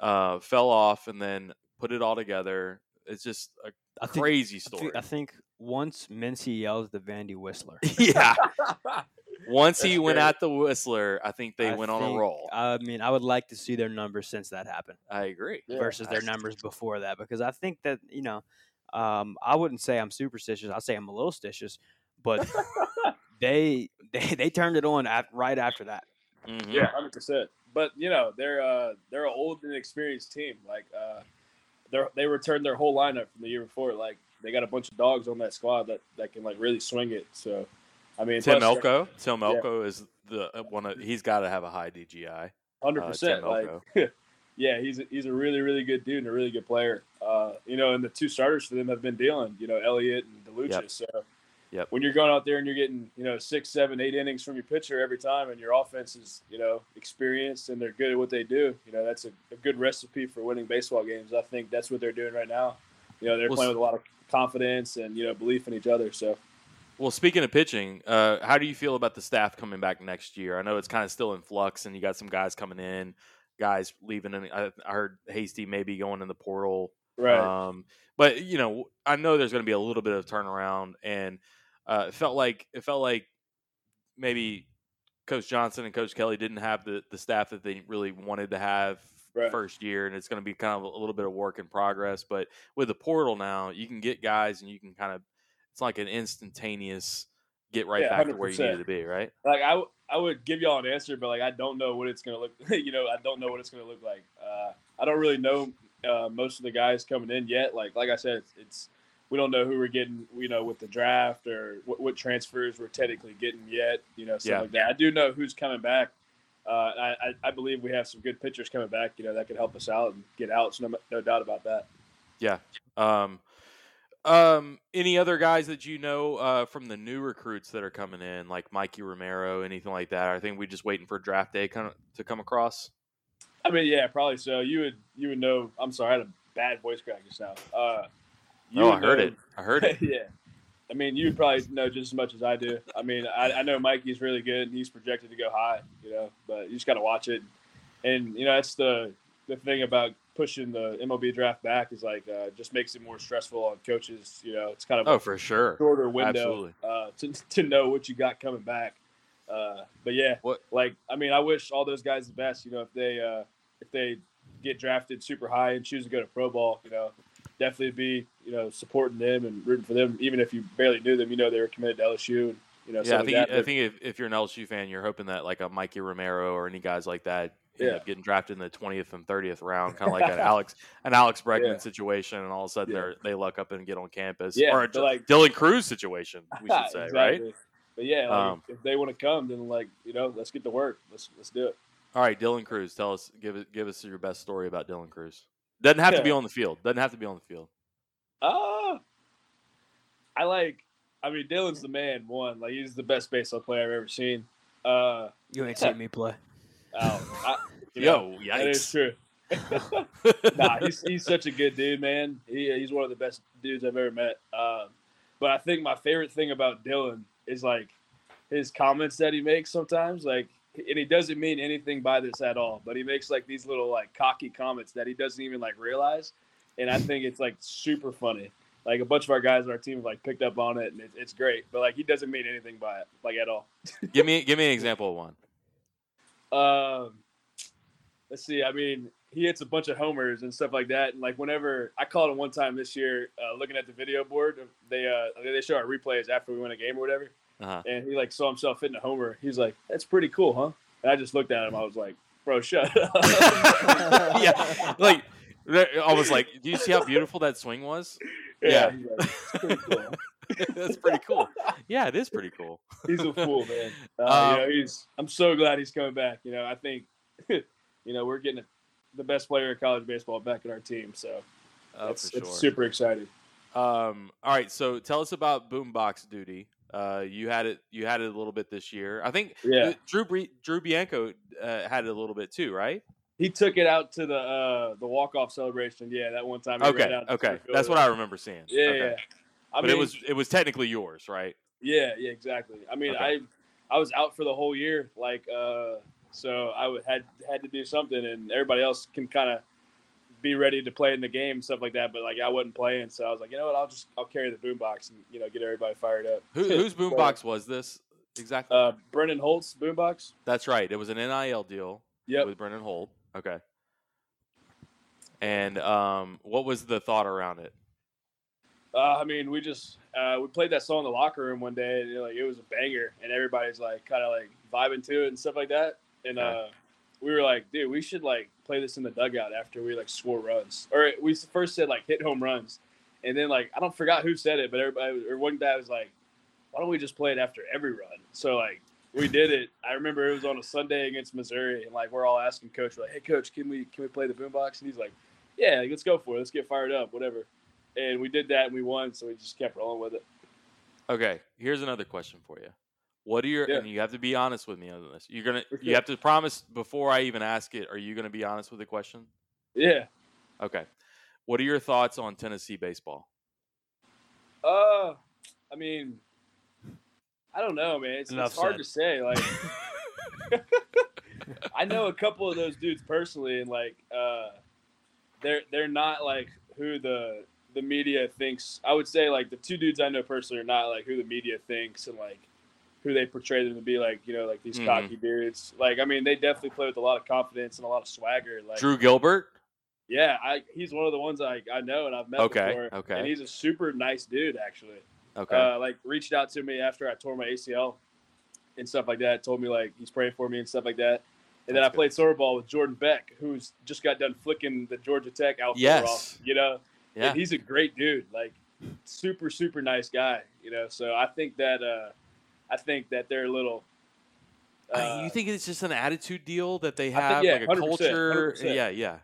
uh, fell off and then put it all together. It's just a I think, crazy I story. think, I think once Mincy yells the Vandy [laughs] Whistler, yeah. [laughs] Once he That's went great. at the Whistler, I think they I went on a think- uh, roll. I, I mean, I would like to see their numbers since that happened agree. Yeah, versus their I- numbers before that because I think that you know, um, I wouldn't say I'm superstitious. I say I'm a little stitious, [laughs] but they they [laughs] they turned it on at, right after that. Mhm. Yeah, hundred percent. But you know, they're uh, they're an old and experienced team. Like uh, they they returned their whole lineup from the year before. Like they got a bunch of dogs on that squad that, that can like really swing it. So, I mean, Tim plus- Elko. Tim Yeah. Elko is the uh, one. Of, he's got to have a high DGI. hundred percent. uh, Tim Like, yeah, he's a, he's a really really good dude and a really good player. Uh, you know, and the two starters for them have been dealing. You know, Elliott and DeLucia. So, Yep. when you're going out there and you're getting you know six, seven, eight innings from your pitcher every time, and your offense is you know experienced and they're good at what they do, you know that's a, a good recipe for winning baseball games. I think that's what they're doing right now. You know, they're Well, playing s- with a lot of confidence and you know belief in each other. So. Well, speaking of pitching, uh, how do you feel about the staff coming back next year? I know it's kind of still in flux, and you got some guys coming in, guys leaving. And I, I heard Hasty maybe going in the portal. Right. Um, but you know, I know there's going to be a little bit of turnaround, and uh, it felt like it felt like maybe Coach Johnson and Coach Kelly didn't have the the staff that they really wanted to have Right. first year, and it's going to be kind of a little bit of work in progress. But with the portal now, you can get guys, and you can kind of it's like an instantaneous get right Yeah, back to where you 100%. needed to be, right? like I, w- I would give y'all an answer, but like I don't know what it's gonna look. [laughs] You know, I don't know what it's gonna look like. Uh, I don't really know uh, most of the guys coming in yet. Like like I said, it's, it's we don't know who we're getting. You know, with the draft or what, what transfers we're technically getting yet. You know, stuff Yeah. like that. I do know who's coming back. Uh, and I, I I believe we have some good pitchers coming back. You know, that could help us out and get outs. No, no doubt about that. Yeah. Um, um, any other guys that you know uh, from the new recruits that are coming in, like Mikey Romero, anything like that? I think we just waiting for draft day kind of to come across. I mean, yeah, probably so. You would you would know. I'm sorry, I had a bad voice crack just now. Uh, you No, Oh, I would heard know- it. I heard it. [laughs] yeah. I mean, you probably know just as much as I do. I mean, I, I know Mikey's really good and he's projected to go high, you know, but you just got to watch it. And, you know, that's the, the thing about pushing the MLB draft back is like, uh, just makes it more stressful on coaches. You know, it's kind of Oh, for sure. shorter window Absolutely. uh, to, [laughs] to know what you got coming back. Uh, but yeah, What- like I mean, I wish all those guys the best. You know, if they uh, if they get drafted super high and choose to go to pro ball, you know, definitely be you know supporting them and rooting for them, even if you barely knew them. You know, they were committed to LSU. And, you know, yeah, stuff I like think that. I think if, if you're an LSU fan, you're hoping that like a Mikey Romero or any guys like that end Yeah. up getting drafted in the 20th and 30th round, kind of [laughs] like an Alex an Alex Bregman Yeah. situation, and all of a sudden Yeah. they're, they luck up and get on campus, Yeah, or a they're like- Dylan Cruz situation, we should [laughs] say, right? Exactly. But yeah, like, Um, if they want to come, then like you know, let's get to work. Let's let's do it. All right, Dylan Cruz, tell us, give it, give us your best story about Dylan Cruz. Doesn't have to be Yeah. on the field. Doesn't have to be on the field. Ah, I like. I mean, Dylan's the man. One, like he's the best baseball player I've ever seen. Uh, You ain't seen me play. oh, I, you know, Yo, that is yikes! true. [laughs] nah, he's, he's such a good dude, man. He, he's one of the best dudes I've ever met. Um, but I think my favorite thing about Dylan is like his comments that he makes sometimes. Like, and he doesn't mean anything by this at all, but he makes like these little like cocky comments that he doesn't even like realize. And I think it's like super funny. Like a bunch of our guys on our team have like picked up on it, and it's, it's great. But like he doesn't mean anything by it, like at all. [laughs] give me, give me an example of [laughs] one. [laughs] Um, let's see. I mean, he hits a bunch of homers and stuff like that. And like whenever I called him one time this year, uh, looking at the video board, they uh, they show our replays after we win a game or whatever. Uh-huh. And he like saw himself hitting a homer. He's like, "That's pretty cool, huh?" And I just looked at him. I was like, "Bro, shut up." [laughs] yeah, like I was like, do you see how beautiful that swing was? Yeah. he's like, [laughs] "It's pretty cool." [laughs] That's pretty cool. Yeah, it is pretty [laughs] cool. He's a fool, man. [laughs] Uh, Um, you know, he's. I'm so glad he's coming back. You know, I think, [laughs] you know, we're getting the best player in college baseball back in our team. So Oh, it's, for it's sure. super exciting. Um, all right, so tell us about boombox duty. Uh, you had it. You had it a little bit this year. I think Yeah. Drew Bre- Drew Bianco uh, had it a little bit too, right? He took it out to the uh, the walk off celebration. Yeah, that one time. he ran Okay, out to okay, center that's field. what I remember seeing. Yeah, okay. yeah. I but mean, it was it was technically yours, right? Yeah, yeah, exactly. I mean, Okay. I I was out for the whole year, like uh, so I would, had had to do something, and everybody else can kind of be ready to play in the game and stuff like that. But like I wasn't playing, so I was like, you know what? I'll just I'll carry the boombox and you know get everybody fired up. [laughs] Who, whose boombox was this exactly? Uh, Brendan Holtz boombox. That's right. It was an NIL deal Yep. with Brendan Holt. Okay. And um, what was the thought around it? Uh, I mean, we just uh, we played that song in the locker room one day, and it, like it was a banger, and everybody's like kind of like vibing to it and stuff like that. And Yeah. uh, we were like, dude, we should like play this in the dugout after we like score runs, or we first said like hit home runs, and then like I don't forgot who said it, but everybody or one guy was like, why don't we just play it after every run? So like we did it. I remember it was on a Sunday against Missouri, and like we're all asking coach, we're like, hey coach, can we can we play the boombox? And he's like, yeah, like, let's go for it, let's get fired up, whatever. And we did that, and we won, so we just kept rolling with it. Okay, here's another question for you. What are your Yeah. and you have to be honest with me on this. You're gonna For you sure. have to promise before I even ask it. Are you gonna be honest with the question? Yeah. Okay. What are your thoughts on Tennessee baseball? Uh, I mean, I don't know, man. It's, Enough it's hard said. to say. Like, [laughs] I know a couple of those dudes personally, and like, uh, they're they're not like who the the media thinks. I would say like the two dudes I know personally are not like who the media thinks and like who they portray them to be. Like, you know, like these Mm-hmm. Mhm. cocky dudes. Like, I mean, they definitely play with a lot of confidence and a lot of swagger. Like, Drew Gilbert. yeah, I, he's one of the ones I I know and I've met Okay, before. okay. and he's a super nice dude actually Okay. uh, like reached out to me after I tore my ACL and stuff like that. Told me like he's praying for me and stuff like that. And then That's I played summer ball with Jordan Beck, who's just got done flicking the Georgia Tech outfielder Yes. off. You know, And yeah. he's a great dude, like super super nice guy. You know, so I think that uh, I think that they're a little. Uh, uh, you think it's just an attitude deal that they I think- have, yeah, like a 100%, culture? 100%. Yeah, yeah.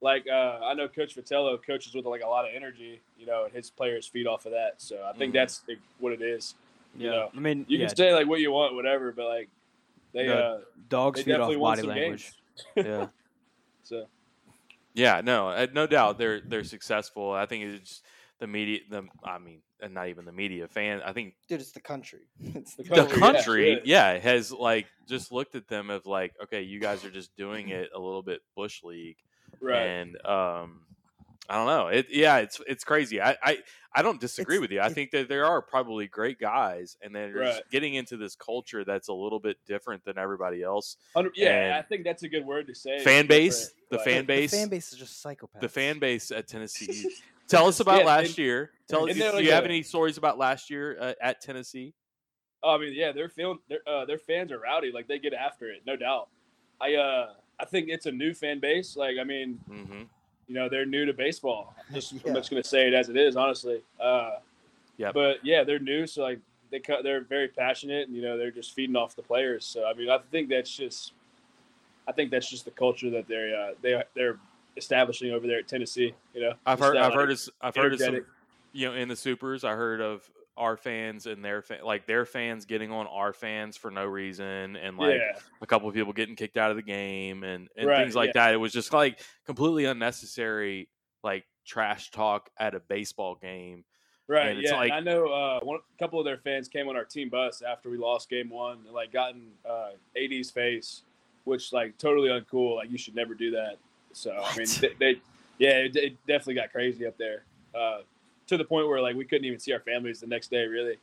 like uh, I know Coach Vitello coaches with like a lot of energy, you know, and his players feed off of that. So I think Mhm. that's like, what it is. You know, I mean, You Mm-hmm. yeah, can say like what you want, whatever, but like they No, uh, dogs they feed off definitely won body some language. games. [laughs] yeah, So Yeah, no, uh, no doubt they're they're successful. I think it's just the media. The I mean, and not even the media fan. I think dude. It's the country. [laughs] It's the The the Country, yeah, country, yeah. yeah, has like just looked at them of like, okay, you guys are just doing it a little bit bush league, right, and um, I don't know. It yeah, it's it's crazy. I I, I don't disagree It's- with you. I it's- think that there are probably great guys, and they're just Right. getting into this culture that's a little bit different than everybody else. Hundred- Yeah, And- I think that's a good word to say. Fan base, Different, the like- fan base, The fan base is just psychopaths. the fan base at Tennessee. Tell us about Yeah, last and- year. Tell us. and Do they're like you have a- any stories about last year uh, at Tennessee? I mean, yeah, their fan, their, uh, their fans are rowdy. Like they get after it, no doubt. I uh, I think it's a new fan base. Like I mean, Mm-hmm. you know, they're new to baseball. Just I'm Yeah. just gonna say it as it is, honestly. Uh, Yep. But yeah, they're new, so like they cut, they're very passionate, and you know, they're just feeding off the players. So I mean, I think that's just, I think that's just the culture that they're uh, they they're establishing over there at Tennessee. You know, I've Just heard. that, I've like, heard. Of, s- I've heard of some. energetic- You know, in the supers, I heard of our fans and their fa- like their fans getting on our fans for no reason, and like yeah, a couple of people getting kicked out of the game and, and Right, things like that. It was just like completely unnecessary, like trash talk at a baseball game. right, and it's yeah. like- and I know uh, one a couple of their fans came on our team bus after we lost game one, and like gotten uh, AD's face, which like totally uncool. Like you should never do that. So I mean, they, they yeah, it, it definitely got crazy up there. Uh, to the point where like we couldn't even see our families the next day, really.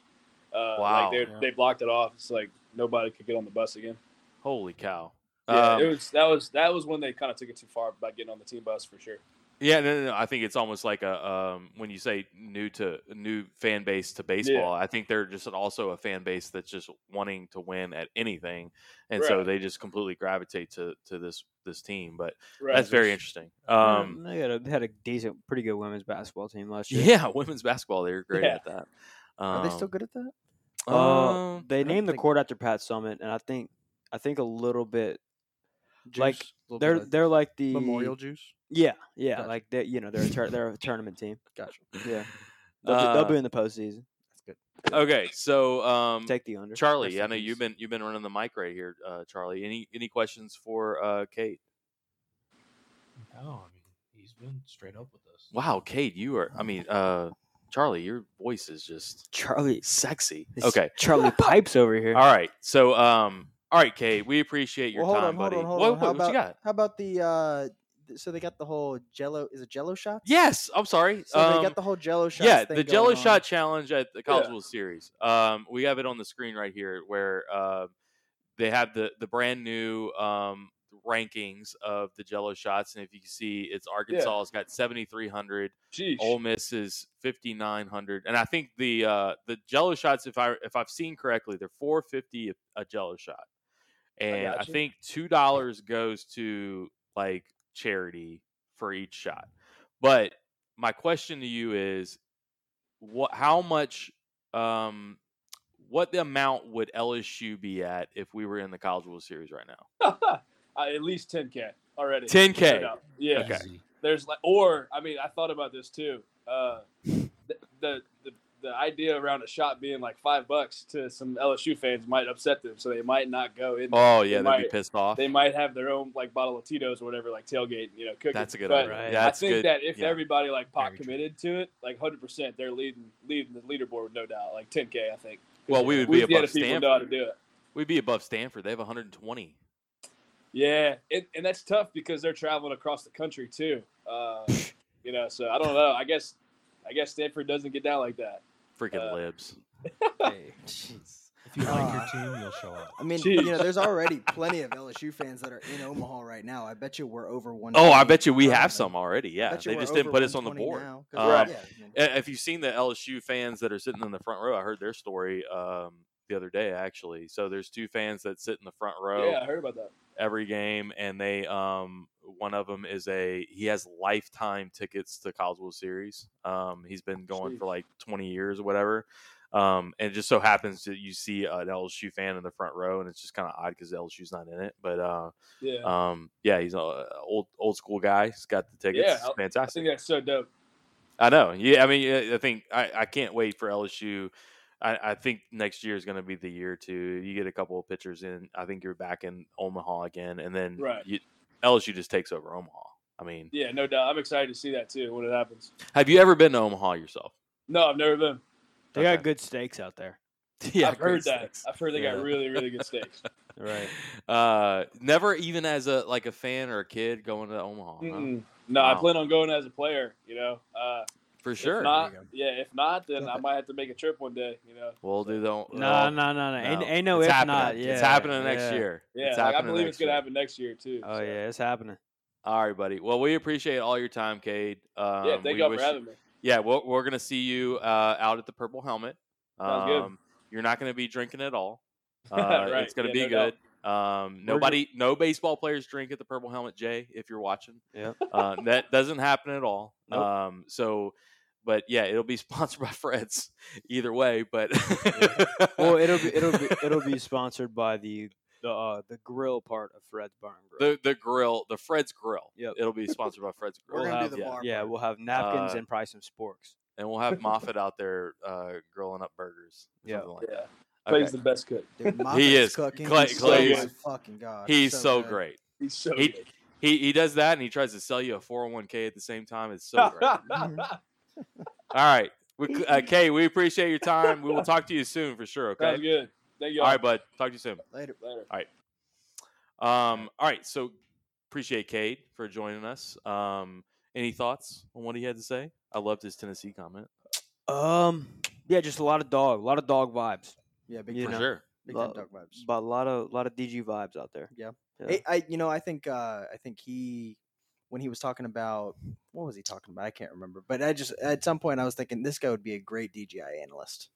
Uh, Wow. Like they Yeah. they blocked it off. It's like nobody could get on the bus again. Holy cow! Yeah, Um, it was that was that was when they kind of took it too far by getting on the team bus for sure. Yeah, no, no, no. I think it's almost like a um, when you say new to new fan base to baseball. I think they're just also a fan base that's just wanting to win at anything, and so Right. they just completely gravitate to to this this team. But Right. that's very interesting. [laughs] Um, they, had a, they had a decent, pretty good women's basketball team last year. yeah, women's basketball they're great Yeah. at that. Are they Um, still good at that? Uh, um, they I don't named the think- court after Pat Summit, and I think, I think a little bit like Juice? A little bit they're of they're like the memorial juice. Yeah, yeah, Gotcha. like they, you know, they're a tur- they're a tournament team. Gotcha. Yeah, they'll, be- they'll Uh, be in the postseason. That's good. [laughs] okay, so um, Take the under. Charlie, Rest I in know peace. you've been you've been running the mic right here, uh, Charlie. Any any questions for uh, Kate? No, oh, I mean he's been straight up with us. Wow, Kate, you are. I mean, uh, Charlie, your voice is just Charlie. sexy. this Okay. Charlie Pipes over All here. right. So, um, all right, Kate, we appreciate your well, hold time, on, hold buddy. on, hold what on. How what- what about you got? how about the? uh th- So they got the whole Jello. Is it Jello shots? Yes, I'm sorry. So they um, got the whole Jello shots. yeah, thing the going Jello on. shot challenge at the College Yeah. World Series. Um, we have it on the screen right here, where uh, they have the the brand new um, rankings of the Jello shots, and if you can see, it's Arkansas has got 7,300. Jeez. Ole Miss is fifty nine hundred, and I think the uh, the Jello shots, if I if I've seen correctly, they're four fifty a, a Jello shot, and I, got you. think two dollars goes to like charity for each shot. But my question to you is, what? How much? Um, what the amount would LSU be at if we were in the College World Series right now? Uh, at least 10k already. 10K. No doubt. Yeah. Okay. Easy. There's like, or I mean, I thought about this too. Uh, the, the the the idea around a shot being like five bucks to some LSU fans might upset them, so they might not go in. Oh yeah, They they'd be might- pissed off. They might have their own like bottle of Tito's or whatever, like tailgate. You know, cooking. That's a good But idea. Right. That's I think good. that if yeah. everybody like pot Very true. committed to it, like 100, percent they're leading leading the leaderboard, no doubt. Like 10k, I think. 'Cause Well, we would be Louisiana above people know how to Stanford. do it. We'd be above Stanford. They have 120. Yeah, it, and that's tough because they're traveling across the country too. [laughs] Uh, you know, so I don't know. I guess, I guess Stanford doesn't get down like that. Freaking Uh, libs. [laughs] Hey, jeez. If you like Uh, Ah. your team, you'll show up. I mean, Jeez. you know, there's already plenty of LSU fans that are in Omaha right now. I bet you we're over one. Oh, I bet you we have some already. Yeah, bet you they we're just didn't over put us on the 120 board. now, 'cause, Right. yeah, I mean, Uh, If you've seen the LSU fans that are sitting in the front row, I heard their story um, the other day actually. So there's two fans that sit in the front row Yeah, I heard about that. every game, and they um, one of them is a he has lifetime tickets to College World Series. Um, he's been Oh, going for Jeez. like 20 years or whatever. Um, and it just so happens that you see an LSU fan in the front row, and it's just kind of odd because LSU's not in it. But uh, Yeah, um, yeah, he's a old old school guy. He's got the tickets. Yeah, it's I- I fantastic. think that's so dope. I know. Yeah, I mean, yeah, I think I, I can't wait for LSU. I, I think next year is going to be the year too. You get a couple of pitchers in. I think you're back in Omaha again, and then Right. you, LSU just takes over Omaha. I mean, Yeah, no doubt. I'm excited to see that too when it happens. have you ever been to Omaha yourself? No, I've never been. They Okay. got good stakes out there. [laughs] yeah, I've heard great that. stakes. I've heard they Yeah. [laughs] Uh-huh. got really, really good steaks. Right. Uh, never even as a like a fan or a kid going to Omaha, huh? Mm-mm. No, I Wow. plan on going as a player. You know, uh, for If sure. not, There you yeah. If not, then [laughs] I might have to make a trip one day. You know. We'll do the. No, well, no, no, no. Ain't, no. ain't no it's if happening. not. Yeah, it's happening next yeah. year. Yeah, it's like, I happening believe next it's gonna year. happen next year too. Oh so. yeah, it's happening. All right, buddy. Well, we appreciate all your time, Cade. Um, yeah, thank we y'all wish- for having me. Yeah, we're, we're gonna see you uh, out at the Purple Helmet. Um, Sounds good. You're not gonna be drinking at [laughs] all. Uh, Right, It's gonna yeah, be no doubt. good. Um, nobody, no baseball players drink at the Purple Helmet, Jay. If you're watching, Yep. uh, that doesn't happen at all. Nope. Um, so, but yeah, it'll be [laughs] sponsored by Fred's either way. But Well, it'll be it'll be it'll be sponsored by the the uh, the grill part of Fred's Barn Grill. the the grill, the Fred's Grill. Yep. it'll be sponsored by Fred's Grill. We're gonna do have- the yeah. bar. yeah, part. we'll have napkins Uh, and probably some sporks. and we'll have Moffat out there uh, grilling up burgers. or Yeah. something like Yeah, that. Okay. Clay's the best cook. [laughs] Dude, Moffat's is. Cooking Clay- is Clay so is- my fucking god. He's it's so good. great. He's so He- good. He he does that and he tries to sell you a 401k at the same time. It's so [laughs] [laughs] great. All right. We, uh, Kay, we appreciate your time. We will talk to you soon for sure. Sounds Okay. good. Thank All y'all. right, bud. Talk to you soon. Later. Later. Um, all right. So appreciate Cade for joining us. Um, any thoughts on what he had to say? I loved his Tennessee comment. Um, yeah, just a lot of dog, a lot of dog vibes, Yeah, big You time. know. sure. Big time Lo- dog vibes. but a lot of lot of DG vibes out there. Yeah. yeah. Hey, I you know I think uh, I think he when he was talking about what was he talking about I can't remember but I just at some point I was thinking this guy would be a great DGI analyst.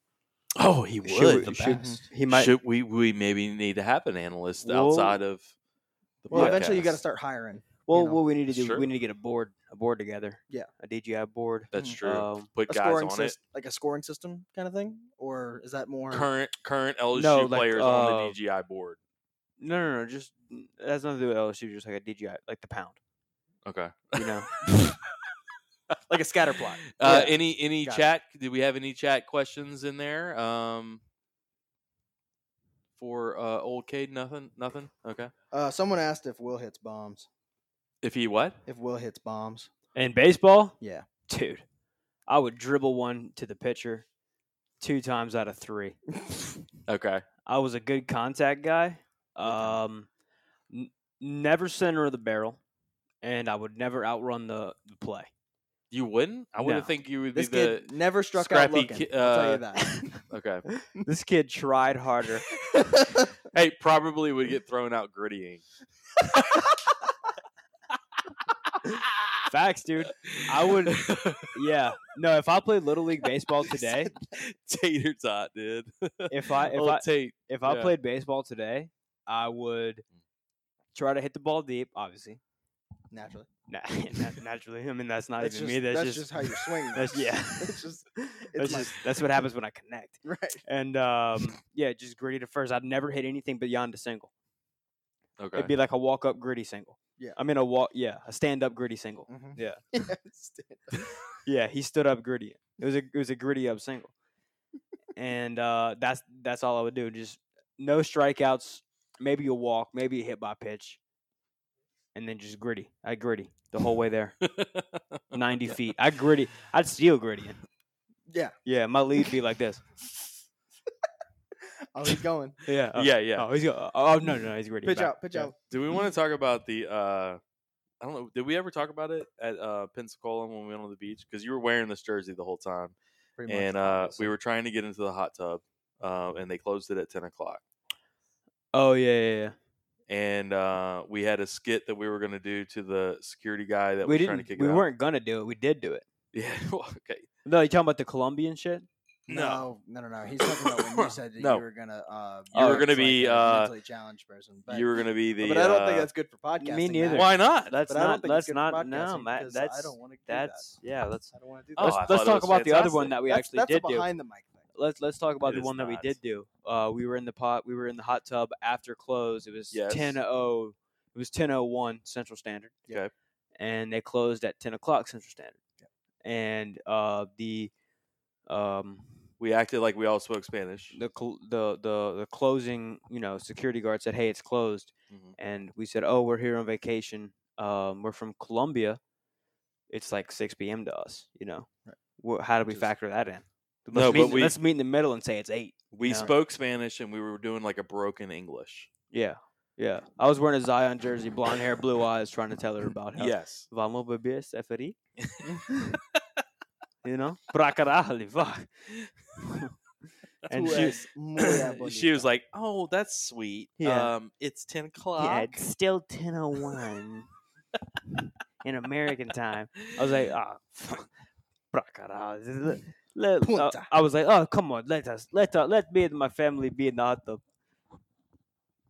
Oh, he would. Should the we- best. should- he might. Should we we maybe need to have an analyst Well- outside of the Well, eventually you podcast? got to start hiring. well, know, what we need to do, sure. we need to get a board, a board together. Yeah. a DGI board. That's Mhm. true. Um, Put A guys scoring on it. system, like a scoring system kind of thing, or is that more? Current current LSU No, like, players on uh, the DGI board. No, no, no. Just that has nothing to do with LSU. Just like a DGI, like the pound. Okay. You know. like a scatter plot. [laughs] Uh, Yeah. Any any Got it. chat? Did we have any chat questions in there? Um, for uh, old Cade, nothing, nothing. Okay. Uh, someone asked if Will hits bombs. If he what? If Will hits bombs, [laughs] In baseball, yeah. dude, I would dribble one to the pitcher, two times out of three. Okay. I was a good contact guy. Um, n- never center of the barrel, and I would never outrun the, the play. You wouldn't. I wouldn't No. think you would This be the. kid never struck out scrappy looking. ki- I'll tell uh, you that. [laughs] Okay. This kid tried harder. Hey, probably would get thrown out grittying. Facts, dude. I would- [laughs] Yeah. No, if I played little league [laughs] baseball today, Tater tot, dude. If [laughs] I- if Old I- Tate. if I Yeah. played baseball today, I would try to hit the ball deep. Obviously, Naturally, Na- [laughs] nat- naturally. I mean, that's not that's even just, me. That's, just, how you're swinging. that's- yeah. [laughs] It's just it's that's my- just [laughs] that's what happens when I connect. right. And [laughs] um, yeah, just gritty to first. I'd never hit anything beyond a single. Okay. It'd be like a walk up gritty single. Yeah. I mean a walk. Yeah, a stand up gritty single. Mhm. Yeah. [laughs] Yes. Yeah, he stood up gritty. It was a it was a gritty up single. and uh, that's that's all I would do. Just no strikeouts. Maybe a walk. Maybe a hit by pitch. And then just gritty. I gritty the whole way there. [laughs] Ninety feet. I gritty. I'd steal gritty. Yeah. [laughs] Yeah, my lead be like this. Oh, he's going. Yeah. [laughs] uh, yeah, yeah. Oh, he's go- oh no no no he's gritty. Pitch back. out. Pitch Yeah. out. Do we want to talk about the? uh I don't know. Did we ever talk about it at uh, Pensacola when we went on the beach? Because you were wearing this jersey the whole time, Pretty much. and uh, we were trying to get into the hot tub, uh, and they closed it at ten o'clock. Oh yeah yeah yeah. And Mm. uh, we had a skit that we were going to do to the security guy that we was trying to didn't. kick we it out. weren't gonna do it. We did do it. [laughs] Yeah. [laughs] well, okay. No, you talking about the Colombian shit? No. no, no, no, no. He's talking about when you said that No. you were gonna, uh, You were was gonna like be, a uh, mentally challenged person. But, you were going to be the. but I don't think uh, that's good for podcasting. neither. Matt. Why Why not? Let's But I don't not. think it's Let's good for not. No, podcasting Matt. because That's I don't want to. that's yeah. Let's I don't want to do that. Oh, let's, I let's thought it talk was about the other one fantastic. that we that's, actually that's did a do. behind the mic thing. Let's let's talk about It the is one that we not. did do. Uh, we were in the pot. We were in the hot tub after close. It was Yes. ten o. It was ten o one Central Standard. Yeah. Okay. And they closed at ten o'clock Central Standard. And uh, the um We acted like we all spoke Spanish. the cl- the the the closing you know security guard said hey it's closed Mhm. and we said oh we're here on vacation um we're from Colombia it's like 6 p.m to us you know Right. Wha- how do we Just- factor that in let's, No, meet but in the- we- let's meet in the middle and say it's 8 We Yeah. spoke Spanish and we were doing like a broken English. Yeah. Yeah. I was wearing a Zion jersey, blonde hair, blue eyes, trying to tell her about how Yes. [laughs] Vamos beber [laughs] seferi. [laughs] you know? Pra caralho, vá. and Tu she és Oh, [laughs] muy she was bonita. like, "Oh, that's sweet. Yeah. Um, it's ten Yeah, o'clock." it's still [laughs] 1001 in American time. I was like, ah, pra caralho. Let- let- uh, Punta. I was like, oh, come on, let us, let us, let me and my family be in the hot tub.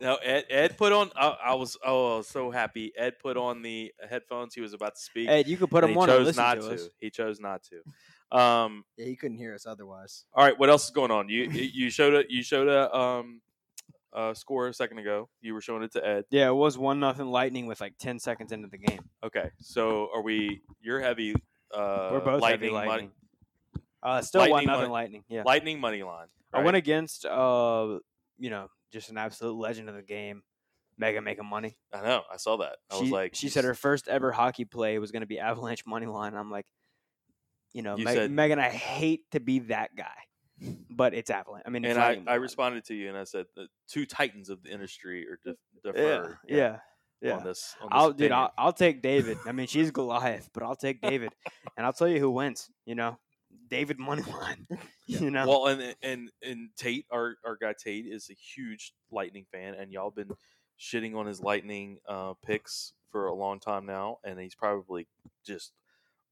No, Ed, Ed put on. I, I was oh, I was so happy. Ed put on the headphones. He was about to speak. Ed, you could put and them he on and chose listen not to us. He chose not to. Um, yeah, he couldn't hear us otherwise. all right, what else is going on? You you you showed a you showed a um a score a second ago. You were showing it to Ed. Yeah, it was one nothing Lightning with like ten seconds into the game. Okay, so are we? You're heavy. Uh, We're both lightning, lightning, mon- lightning. Uh, still Lightning one nothing mon- Lightning. Yeah, lightning money line. I right? went against uh, you know, just an absolute legend of the game, Mega making money. I know. I saw that. I she, was like, she you said s- her first ever hockey play was going to be Avalanche money line. I'm like, you know, You Meg said- Megan, I hate to be that guy, but it's Avalanche. I mean, it's And I, I Lightning money line. responded to you and I said the two titans of the industry are def- Yeah, deferred. yeah, yeah. On this, on this I'll dude, opinion. I'll, I'll take David. I mean, she's Goliath, but I'll take David, and I'll tell you who wins. You know, David money line. [laughs] You know, Well, and and and Tate, our our guy Tate is a huge Lightning fan, and y'all been shitting on his Lightning uh, picks for a long time now, and he's probably just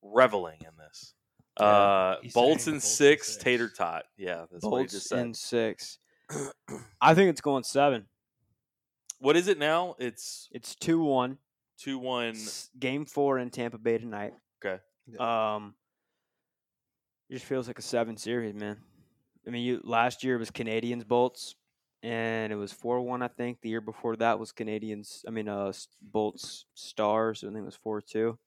reveling in this. Yeah. Uh, He's Bolts saying and Bolts and six, six. tater tot. Yeah, that's what he just Bolts said. [clears throat] in six. I think it's going seven. What is it now? It's It's two one. two one. Game four in Tampa Bay tonight. Okay. Um, it just feels like a seven series, man. I mean, you last year it was Canadians Bolts, and it was four one. I think the year before that was Canadians. I mean, uh, s- Bolts Stars. I think it was four two.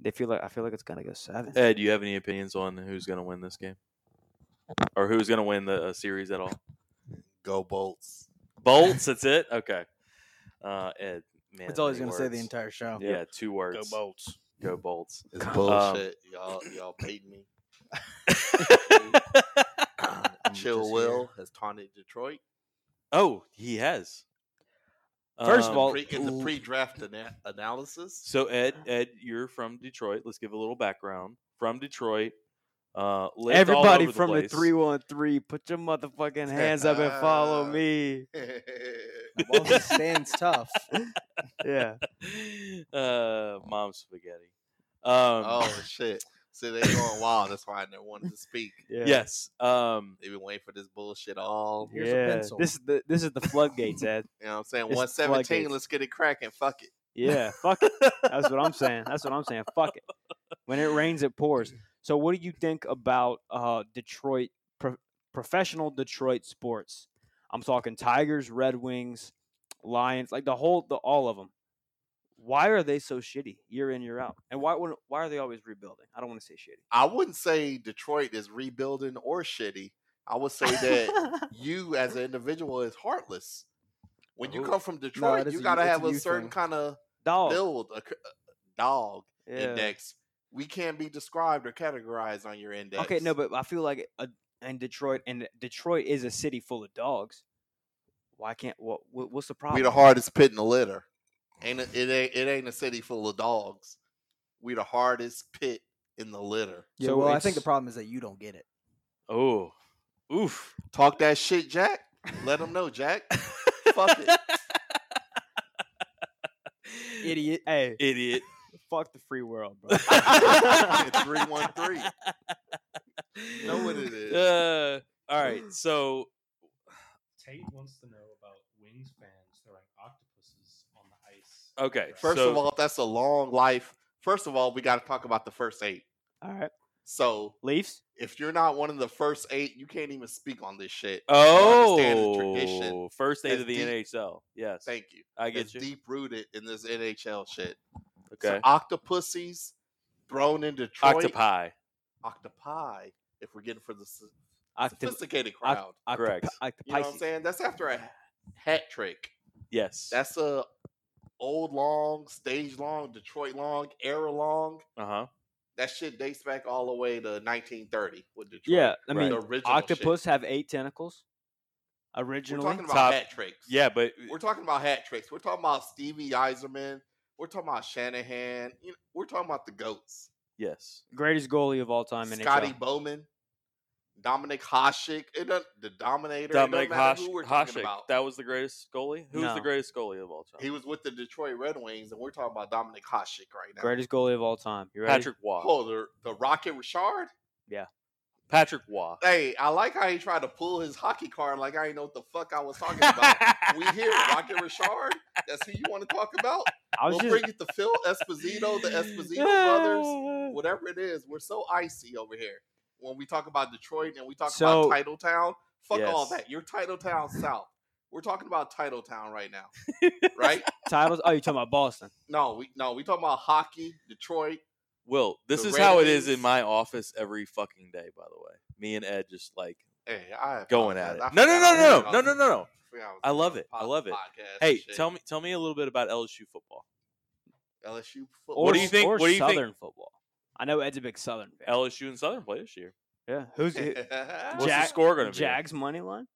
They feel like I feel like it's gonna go seven. Ed, do you have any opinions on who's going to win this game, or who's going to win the uh, series at all? Go Bolts. Bolts. that's it. Okay. Uh, Ed, man, That's all he's many gonna say the words. entire show. Yeah, two words. bolts. Go bolts. It's Um, bullshit. y'all, y'all paid [laughs] me. Chill Will has taunted Detroit. oh, he has. First of Um, all- Pre- in l- the pre-draft ana- [laughs] analysis, so [laughs] Ed, Ed, you're from Detroit. Let's give a little background. From Detroit, uh, lived all Everybody over from the place. three one three, put your motherfucking hands up and uh, follow me. I [laughs] Well, stands tough. Yeah, [laughs] uh, mom spaghetti. Um, oh shit! See, they going wild. That's why I never wanted to speak. yeah. yes. Um, They've been waiting for this bullshit all. Here's a yeah. pencil. This is the this is the floodgates, [laughs] Ed. You know what I'm saying? It's One seventeen. floodgates. Let's get it cracking. Fuck it. Yeah, fuck it. That's what I'm saying. That's what I'm saying. Fuck it. When it rains, it pours. So, what do you think about uh, Detroit pro- professional Detroit sports? I'm talking Tigers, Red Wings, Lions, like the whole, the all of them. Why are they so shitty year in year out? And why wouldn't- why are they always rebuilding? I don't want to say shitty. I wouldn't say Detroit is rebuilding or shitty. I would say [laughs] that you as an individual is heartless. When you Oh, Ooh. come from it Detroit, is a you you- gotta it's a have a you certain thing. kind of Dog. build, a, c- a dog Oh. Yeah. index. We can't be described or categorized on your index. Okay, no, but I feel like uh in Detroit, and Detroit is a city full of dogs. Why can't what? what what's the problem? we the hardest pit in the litter. Ain't a, it ain't it ain't a city full of dogs. We the hardest pit in the litter. Yeah, So well, I [laughs] think the it's- problem is that you don't get it. oh, oof. Talk that shit, Jack. Let them know, Jack. Fuck it. idiot. Hey, Idiot. fuck the free world, [laughs] bro. Three one [laughs] three. Know [laughs] what it is. Uh, all [laughs] right. So Tate wants to know about wings fans throwing octopuses on the ice. Uh, Okay, Right. First of So- all, that's a long life. First of all, we got to talk about the first eight. All right, So Leafs. if you're not one of the first eight, you can't even speak on this shit. Oh, understand the tradition first date as of the deep- NHL. Yes, Thank you. I It's get you. deep rooted in this NHL shit. okay, So octopussies thrown in Detroit. octopi. Octopi. If we're getting for the s- Octopus. sophisticated crowd, Correct. you know what I'm saying? That's after a hat trick. Yes, That's a old long, stage long, Detroit long, era long. uh [laughs] huh. That shit dates back all the way to 1930 with Detroit. Yeah, I The mean, original shit. octopus have eight tentacles. We're originally. talking about Top- hat tricks. Yeah, but We're talking about hat tricks. We're talking about Stevie Eiserman. We're talking about Shanahan. You know, we're talking about the goats. yes, Greatest goalie of all time in Scotty NHL. Bowman, Dominic Hasek, it doesn't- the Dominator. Dominic Dominic Hash- Hasek. Who we're talking Hasek. about. That was the greatest goalie. Who's the No. greatest goalie of all time? He was with the Detroit Red Wings, and we're talking about Dominic Hasek right now. Greatest goalie of all time. You ready? Patrick Waugh. Oh, the, the Rocket Richard. Patrick Waugh. Hey, I like how he tried to pull his hockey card like I didn't know what the fuck I was talking about. we here, Rocket Richard. That's who you want to talk [laughs] about. [laughs] Oh, I was We'll just bring it to Phil Esposito, the [laughs] Esposito brothers, whatever it is. We're so icy over here when we talk about Detroit and we talk So- about Title Town. Fuck all Yes. that. You're Title Town South. We're talking about Title Town right [laughs] now, right? titles. Oh, you're talking about Boston. No, we no, we talking about hockey, Detroit. Will, this The is Red how it is Wings. in my office every fucking day. By the way, me and Ed just like Hey, I Going at apologize. it. No, I no, forgot no, I no, was- no, no, no, no. forgot was I love on it. I pod- love it. podcast and Hey, shit. tell me, tell me a little bit about LSU football. LSU football. What do you think- Or what do you think- Southern football. I know Ed's a big Southern fan. LSU and Southern play this year. yeah. [laughs] Who's who- Eh, What's the Jack- score going to be? Jags money line?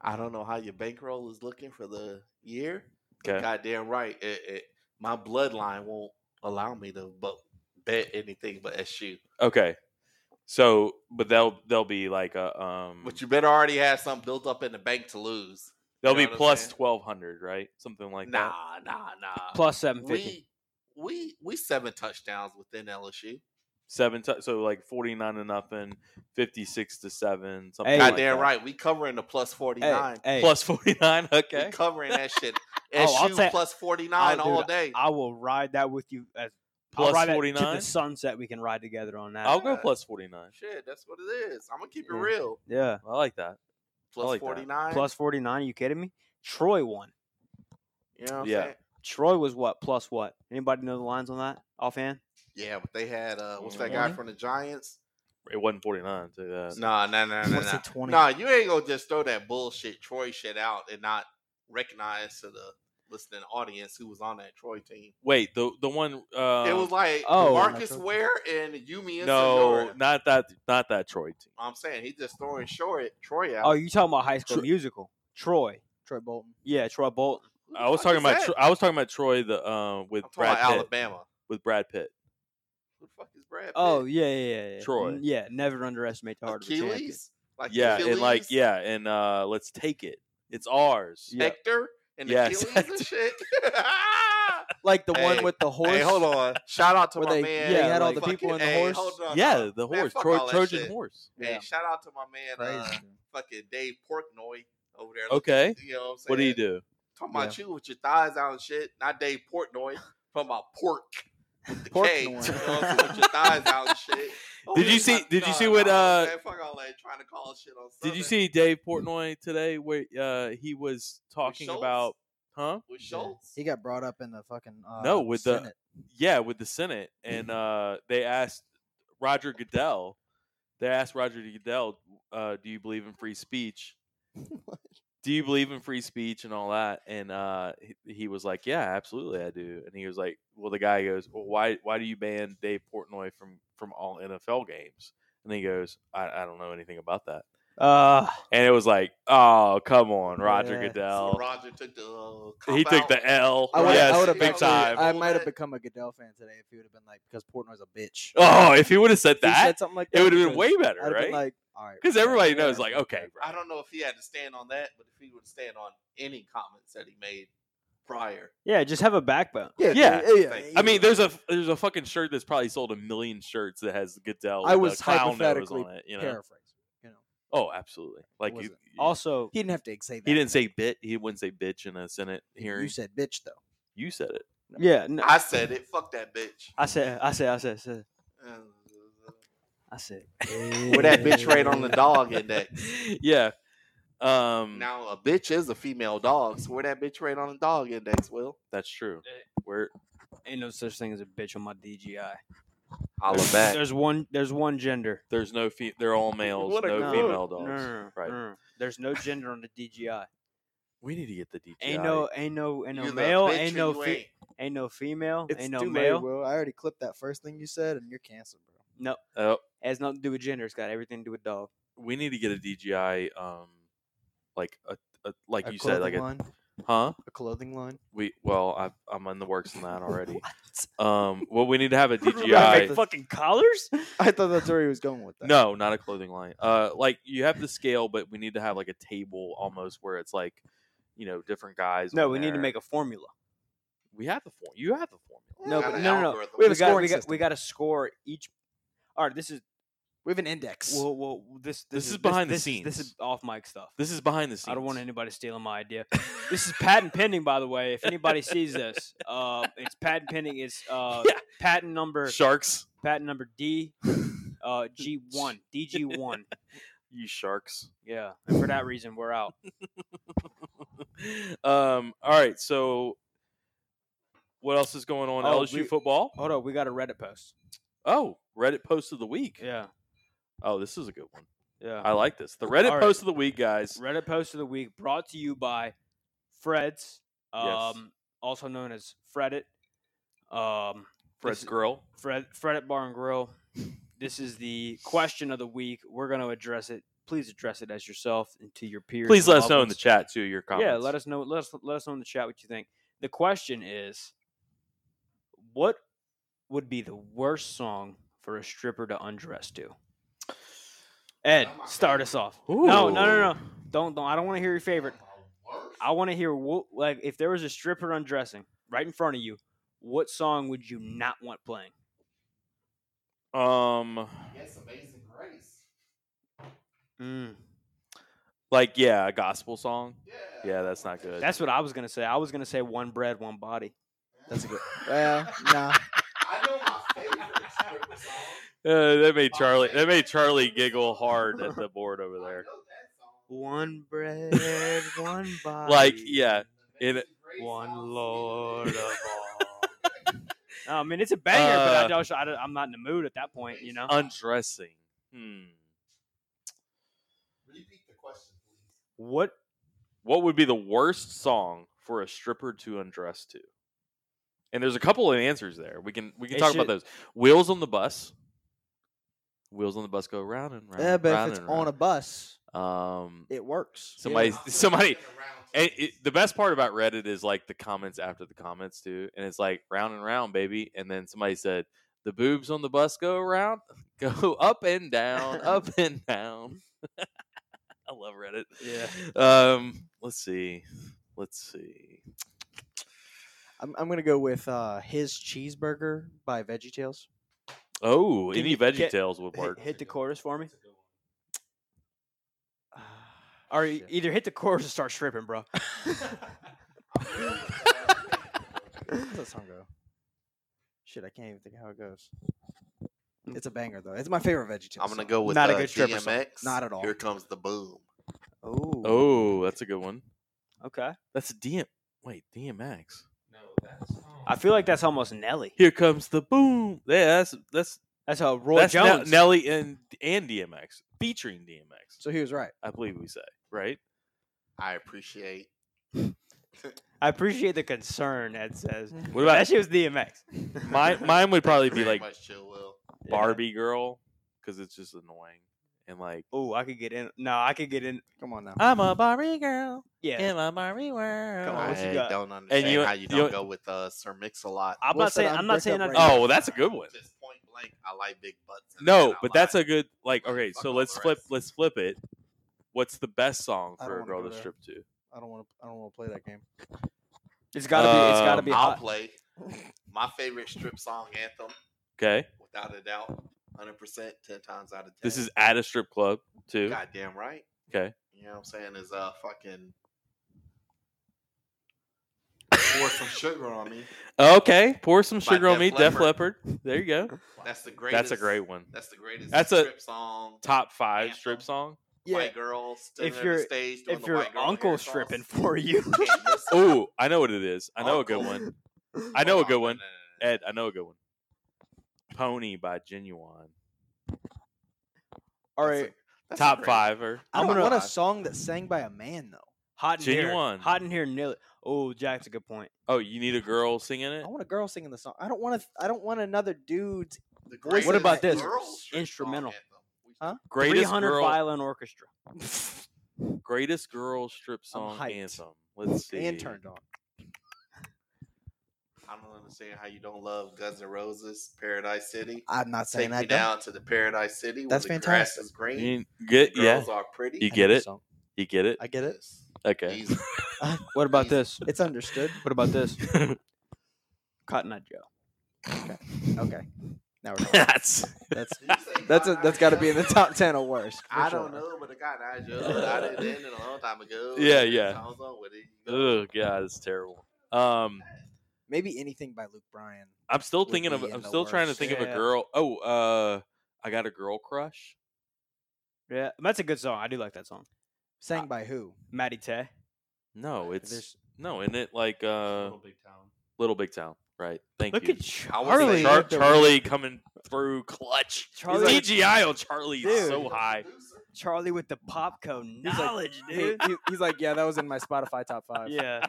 I don't know how your bankroll is looking for the year. but Okay. Goddamn right. It, it, my bloodline won't allow me to bu- bet anything but SU. Okay. So, but they'll they'll be like a um. But you better already have something built up in the bank to lose. they'll know be what I'm plus saying? twelve hundred, right? Something like nah, that. nah, nah. Plus seven fifty. we we we seven touchdowns within LSU. Seven. T- so like forty nine to nothing, fifty six to seven. Something. Hey. like Goddamn that. right. We covering the plus forty Hey, nine. hey, Plus forty nine. We Okay. covering that shit. Oh, I'll SU ta- plus forty nine Oh, dude, all day. I will ride that with you as Plus forty nine to 49? the sunset. We can ride together on that. I'll go Yeah. [laughs] plus forty nine. Shit, that's what it is. I'm gonna keep it Yeah. real. yeah, I like that. Plus like that. 49. plus forty nine. Are you kidding me? Troy won. you know what I'm Yeah. saying? Troy was what plus what? Anybody know the lines on that offhand? Yeah, but they had uh what's that Mhm. guy from the Giants? It wasn't uh, forty nine. Say that. No, no, no, no, What's no. it, 20? No, you ain't gonna just throw that bullshit Troy shit out and not recognize to the listening audience who was on that Troy team. Wait, the the one. Uh, it was like oh, Marcus Metro- Ware and Yumi and no, Seniora. not that, not that Troy team. I'm saying he just throwing short Troy out. Oh, you talking about High School Tro- Musical? Troy. Troy Bolton. Yeah, Troy Bolton. Who the I was fuck talking is about. that? Tro- I was talking about Troy the um with I'm talking Brad about Pitt. Alabama. With Brad Pitt. Who the fuck is Brad? Pitt? Oh yeah, yeah, yeah. yeah. Troy. N- Yeah, never underestimate the heart of a champion. Achilles, like yeah, Achilles, and like yeah, and uh let's take it. It's ours. Yeah. Hector and Yes. [laughs] Achilles and shit. [laughs] Ah! Like the Hey, one with the horse. hey, hold on! Shout out to Where my they- man. yeah, they had all like, the fucking- people in the hey, horse. hold on, Yeah, hold on. the Man, horse, fuck Tro- all that Trojan shit. horse. Hey, shout out to my man, uh, Crazy. fucking Dave Portnoy over there. Okay, You know what I'm saying? what do you do? Talking about you with your thighs out and shit. Not Dave Portnoy. Talking about pork. With the K. [laughs] You know [laughs] what Portnoy. I'm saying? With your thighs out and shit. Oh, Did you yeah, see- fuck- did you nah, see what, nah, uh, man, fuck all that trying to call shit on Did you Southern see Dave Portnoy today? Where uh he was talking Schultz? about, huh? with Yeah. Schultz? He got brought up in the fucking uh, No, with the- Senate. Yeah, with the Senate, and Mm-hmm. uh they asked Roger Goodell. They asked Roger Goodell, uh, "Do you believe in [laughs] free speech? Do you believe in free speech and all that?" And uh, he, he was like, "Yeah, absolutely, I do." And he was like, "Well, the guy goes, well, why why do you ban Dave Portnoy from from all NFL games?" And he goes, "I, I don't know anything about that." Uh, And it was like, "Oh, come on, Roger Yeah. So Goodell." Roger took the uh, He cop took out. the L. I would, yes, I would have big actually, time. I might have become a Goodell fan today if he would have been like, because Portnoy's a bitch. oh, if he would have said If he that, said something like it would have been because way I'd better, have been right? like, all right. Because whatever, everybody yeah, knows, I like, get okay, that. bro. I don't know if he had to stand on that, but if he would stand on any comments that he made prior, yeah, just have a backbone. Yeah, Yeah. dude, yeah, Thank I you. mean, there's a there's a fucking shirt that's probably sold a million shirts that has Goodell. I with a was clown nose hypothetically on it, you know. paraphrase. You know, Oh, absolutely. Like Was you, it? you- Also, he didn't have to say that. he didn't say bit. He wouldn't say bitch in a Senate hearing. You said bitch though. You said it. yeah, no, I said it. Fuck that [laughs] bitch. I said, I said, I said, I said, I said, With that bitch right on the dog index. [laughs] yeah. Um, [laughs] Now a bitch is a female dog, so where that bitch rate on the dog index, Will? that's true. We're ain't no such thing as a bitch on my DGI. Holla There's- back. There's one. There's one gender. there's no fe- they're all males, What a no quote. female dogs. No, no, no, right. no, no. There's no gender on the DGI. We need to get the DTI. Ain't no, ain't no, ain't no You the male, bitch ain't or no, you fe- ain't no female, It's ain't no too male. late, Will. I already clipped that first thing you said, and you're canceled, bro. no, Oh, it has nothing to do with gender. It's got everything to do with dog. we need to get a DGI, um, like a, a like a you said, clothing like a line, huh? a clothing [laughs] line. We well, I, I'm in the works on [laughs] that already. um, well, we need to have a Like DGI. fucking collars? I thought that's where he was going with that. No, not a clothing line. Uh, like you have the scale, but we need to have like a table almost where it's like, you know, different guys. No, on we need to there. make a formula. We have the form. You have the formula. No, Have but an no, no, no. algorithm. We, have a got, scoring we, got, system. we got to score each. All right, this is we have an index. well, well this, This this is behind the this is- This scenes. is off mic stuff. This is behind the scenes. I don't want anybody stealing my idea. [laughs] This is patent pending, by the way. If anybody sees this, uh, it's patent pending. It's [laughs] uh, Yeah. patent number sharks. patent number D [laughs] uh, G one [laughs] DG one. You sharks. Yeah, and for that reason, we're out. um. All right. So, what else is going on? Oh, LSU we- football. Hold on, we got a Reddit post. Oh, Reddit post of the week. Yeah, Oh, this is a good one. yeah. I like this. The Reddit All right. post of the week, guys. Reddit post of the week brought to you by Fred's, um, Yes. also known as Fredit. Um, Fred's this- girl. Fred, Fred at Bar and Grill. This is the question of the week. We're going to address it. Please address it as yourself and to your peers. Please and let us loved know in the ones. chat too. Your comments. Yeah, let us know. Let us let us know in the chat what you think. The question is, what would be the worst song for a stripper to undress to? Ed, start us off. No, no, no, no. Don't don't. I don't want to hear your favorite. I want to hear what like if there was a stripper undressing right in front of you, what song would you not want playing? Um. Yes, Amazing Grace. Hmm. Mm. Like yeah, a gospel song. Yeah. Yeah, that's not good. That's what I was gonna say. I was gonna say one bread, one body. That's a good. Well, [laughs] nah. I know my favorite stripper song. [laughs] Uh, that made Charlie. That made Charlie giggle hard [laughs] at the board over there. One bread, one body. Like yeah, it. One Lord of all. [laughs] I mean, it's a banger, but I Uh, don't, I don't- I'm not in the mood at that point, you know. Undressing. Hmm. Repeat the question, please. What? What would be the worst song for a stripper to undress to? And there's a couple of answers there. We can we can It talk should- about those. Wheels on the bus. Wheels on the bus go round and round. Yeah, Eh, but round if it's and on a round. bus, [laughs] um, it works. somebody I'm gonna somebody get around to and this. it, the best part about Reddit is like the comments after the comments too, and it's like round and round, baby. And then somebody said, "The boobs on the bus go around, [laughs] go up and [laughs] down, up and down." [laughs] I love Reddit. Yeah. Um. Let's see. Let's see. I'm, I'm gonna go with uh, his cheeseburger by VeggieTales. Oh, Can any you Veggie get- Tales would Hit, work. hit the chorus for me, It's a good one. [sighs] or e- Shit. either hit the chorus or start stripping, [laughs] bro. How's that song go? Shit, I can't even think of how it goes. It's a banger though. It's my favorite VeggieTales. I'm gonna song. go with Not a uh, good stripper song. DMX. Not at all. Here comes the boom. Oh, Oh, that's a good one. Okay. That's DM. Wait, DMX. No, that song. I feel like that's almost Nelly. Here comes the boom. Yeah, that's that's That's how Roy that's Ne- Jones. Nelly and and DMX featuring DMX. so he was right. I believe we say, right? I appreciate. I appreciate the concern. Ed says What Mm-hmm. that about shit was DMX. mine? Mine would probably be Very like much chill, Will. Barbie Girl because it's just annoying and like Oh, I could get in. No, I could get in. Come on now. I'm a Barbie girl Yeah, in a Barbie world. Come on, what you I got? don't understand you- how you you- don't go with uh, Sir Mix a lot. I'm Will not said saying. I'm I'm not brick saying up that's. right Oh, well, that's a good one. Just point blank, I like big butts. and No, I but that's lie. a good like. Like, Okay, fuck so all let's the flip. rest. Let's flip it. What's the best song I for a don't wanna girl go to there. strip to? I don't want to. I don't want to play that game. It's gotta be. It's gotta Um, be I'll hot. [laughs] play my favorite strip song anthem, Okay, without a doubt, hundred percent, ten times out of ten. this is at a strip club too. goddamn right. Okay, You know what I'm saying? Is uh fucking pour some sugar on me. okay. Pour some By sugar on Def me, Def Leppard. Leppard. There you go. That's the greatest. That's a great one. That's the greatest. That's a- strip song. Top five Anthem. strip song. White girl standing If on your- the stage doing If the your white girl hair uncle [laughs] sauce. stripping [laughs] for you. [laughs] Can't miss it. Oh, I know what it is. I know a good Uncle. one. [laughs] I know a Hold good on, no, one. no, no, no, no. Ed, I know a good one. Pony by Genuine. All That's a- right. that's a Top er. great- fiver. I I'm don't gonna- want a song that's sang by a man though. Hot in Genuine. here. Hot in here. Nil- oh, Jack's a good point. Oh, you need a girl singing it? I want a girl singing the song. I don't want to. I don't want another dude. the What greatest about this? girl strip song Instrumental. anthem. We Greatest 300 girl, violin orchestra. greatest girl strip song hyped. anthem. Let's see. and turned on. I don't understand how you don't love Guns N' Roses, Paradise City. I'm not Take saying me I don't. down to the Paradise City. That's where the fantastic. Grass is green. You get the yeah. girls are pretty. You I know get the it? song. You get it? I get it. Yes. [laughs] Okay. Easy. What about Easy. this? It's understood. What about this? Cotton Eye Joe. Okay. Now we're talking. [laughs] That's that's Did you say that's a, Cotton Eye that's got to be in the [laughs] Joe? top [laughs] ten or worse. for I sure. don't know, but the guy I Joe, I didn't [laughs] end it a long time ago. Yeah, yeah. I was on with it. you know. oh god, it's terrible. Um, Maybe anything by Luke Bryan. I'm still Would thinking of. be in I'm the still trying to worst. think of a Yeah. girl. Oh, uh, I got a girl crush. Yeah, that's a good song. I do like that song. Sang by who? Maddie Tay. No, it's There's- no, isn't it like uh, Oh. Little Big Town. Little Big Town? Right. Thank Look you. at I would Charlie. say- Char- Charlie. Charlie coming through clutch. Charlie- He's like- CGI on Charlie is Dude. so high. Charlie with the popco like, [laughs] knowledge, He- dude. he- he's like, yeah, that was in my Spotify top five. yeah.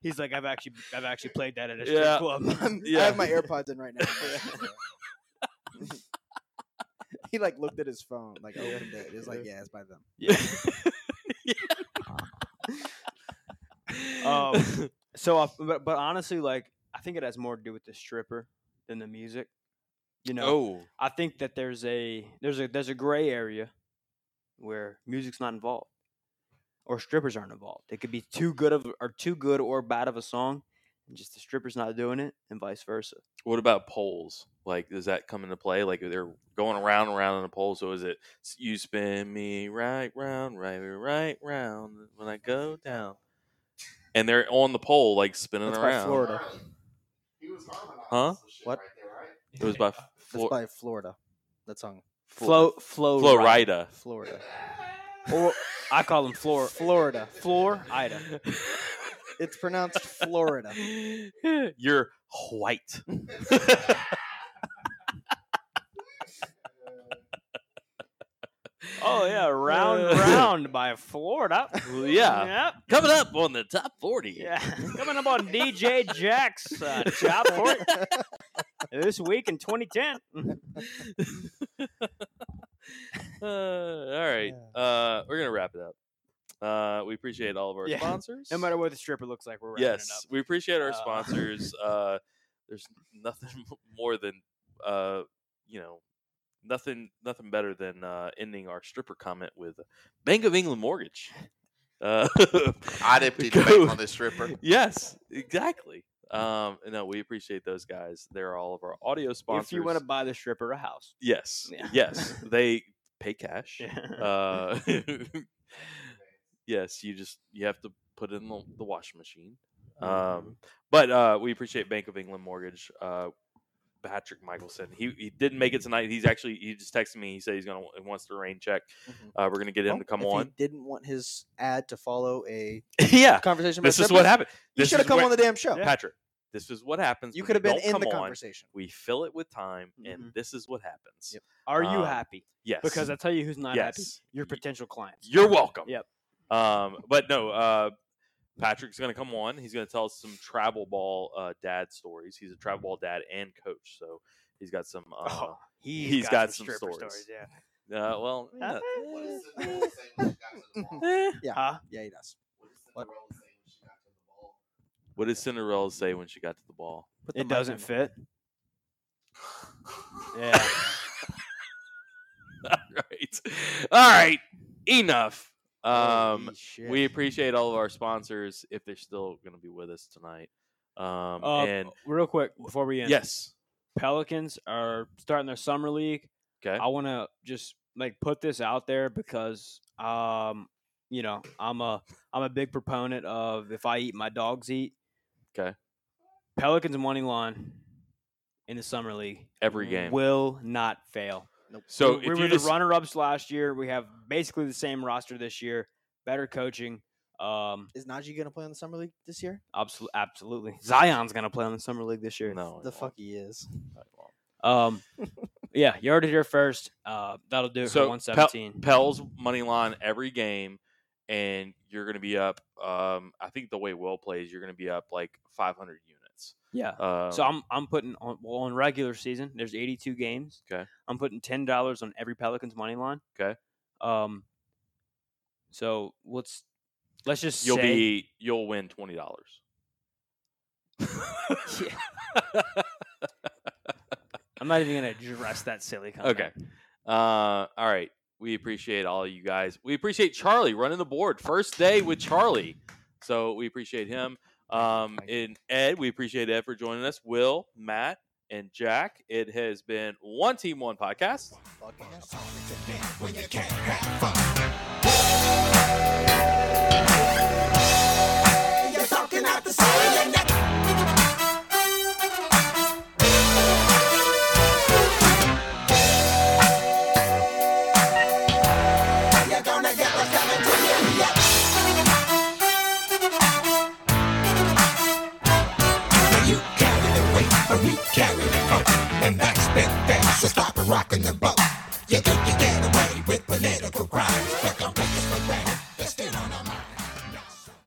He's like, I've actually, I've actually played that at a strip Yeah. club. [laughs] I'm- Yeah. I have [laughs] my AirPods in right now. [laughs] he like looked at his phone, like oh, opened it. It was like, yeah, it's by them. Yeah. [laughs] Um, so, I, but, but honestly, like, I think it has more to do with the stripper than the music. You know, oh, I think that there's a there's a there's a gray area where music's not involved or strippers aren't involved. It could be too good of or too good or bad of a song, and just the strippers not doing it, and vice versa. what about polls? Like, does that come into play? Like, they're going around and around in a poll. So is it s- you spin me right round, right, right round when I go down? And they're on the pole, like spinning That's by around. Florida. He was harmonizing Huh? some shit What? Right there, right? It was by That's Flo- by Florida. That song, Flow, flow, Flo rida. Rida. Florida. Or I call them floor, Florida. floor, Ida. It's pronounced Florida. [laughs] You're white. Oh [laughs] yeah, round, round by Florida. Well, yeah. Yep. Coming up on the top 40. Yeah, coming up on DJ Jack's uh, [laughs] job for it this week in 2010. Uh, all right. Uh, we're going to wrap it up. Uh, we appreciate all of our Yeah. [laughs] sponsors. No matter what the stripper looks like, we're wrapping yes, it we appreciate our Uh, [laughs] sponsors. uh, there's nothing [laughs] more than, uh, you know, nothing nothing better than uh, ending our stripper comment with Bank of England Mortgage. Uh, [laughs] I'd empty the Go- bank on this [laughs] stripper. Yes, exactly. Um, no, we appreciate those guys. They're all of our audio up. sponsors. If you want to buy the stripper a house, yes, Yeah. yes, they pay cash. [laughs] yeah. [laughs] Uh, [laughs] yes, you just you have to put it in the, the washing machine. Mm-hmm. Um, but uh, we appreciate Bank of England Mortgage. Uh, Patrick Michelson. He he didn't make it tonight. He's actually he just texted me. He said he's gonna he wants to rain check. Mhm. Uh, we're gonna get him Well, to come if on. He didn't want his ad to follow a [laughs] [laughs] yeah, conversation. about this is what strippers, happened. You This should have is come where- on the damn show. [laughs] Patrick. This is what happens. You when could have we been don't in the come on. conversation. We fill it with time, and Mhm. this is what happens. Yep. Are you um, happy? Yes, Because I tell you who's not happy: yes, your Y- potential clients. You're welcome. Yep. Um, but no, uh, Patrick's going to come on. He's going to tell us some travel ball uh, dad stories. He's a travel ball dad and coach, so he's got some. Uh, Oh, he's got some stripper stories. Yeah. uh, well, yeah. What is Cinderella saying when she got to the Eh. Huh? mall? [laughs] Yeah, he does. What is Cinderella saying when she got to what did Cinderella say when she got the mall? to the [laughs] ball? Put the It mic doesn't in. [laughs] fit. Yeah. All right, all right, enough. Um, Holy shit. we appreciate all of our sponsors if they're still going to be with us tonight. Um, Uh, and real quick before we end, yes, Pelicans are starting their summer league. okay, I want to just like put this out there because um you know I'm a I'm a big proponent of if I eat my dogs eat. 'Kay. Pelicans money line in the summer league every game. will not fail. so we, if we you were the just runner ups last year. We have basically the same roster this year, better coaching. Um, Is Najee gonna play on the summer league this year? absolutely, absolutely. Zion's gonna play on the summer league this year. no, The I fuck won't. he is. I won't. Um, yeah, you heard it here first. Uh, that'll do it So, for Pel- 117. Pell's money line every game, and you're going to be up. Um, I think the way Will plays, you're going to be up like 500 units. minutes. Yeah. Um, So I'm I'm putting on well on regular season. There's 82 games. Okay. I'm putting ten dollars on every Pelicans money line. Okay. Um. So let's let's just you'll say, be you'll win twenty [laughs] dollars. I'm not even gonna address that silly [laughs] comment. Okay. Uh, all right. We appreciate all you guys. We appreciate Charlie running the board. First day with Charlie. So we appreciate him. Um, and Ed, we appreciate Ed for joining us. Will, Matt, and Jack. It has been one team, one podcast. You carry the weight, but we carry the hope. And that's the best, so stop rocking the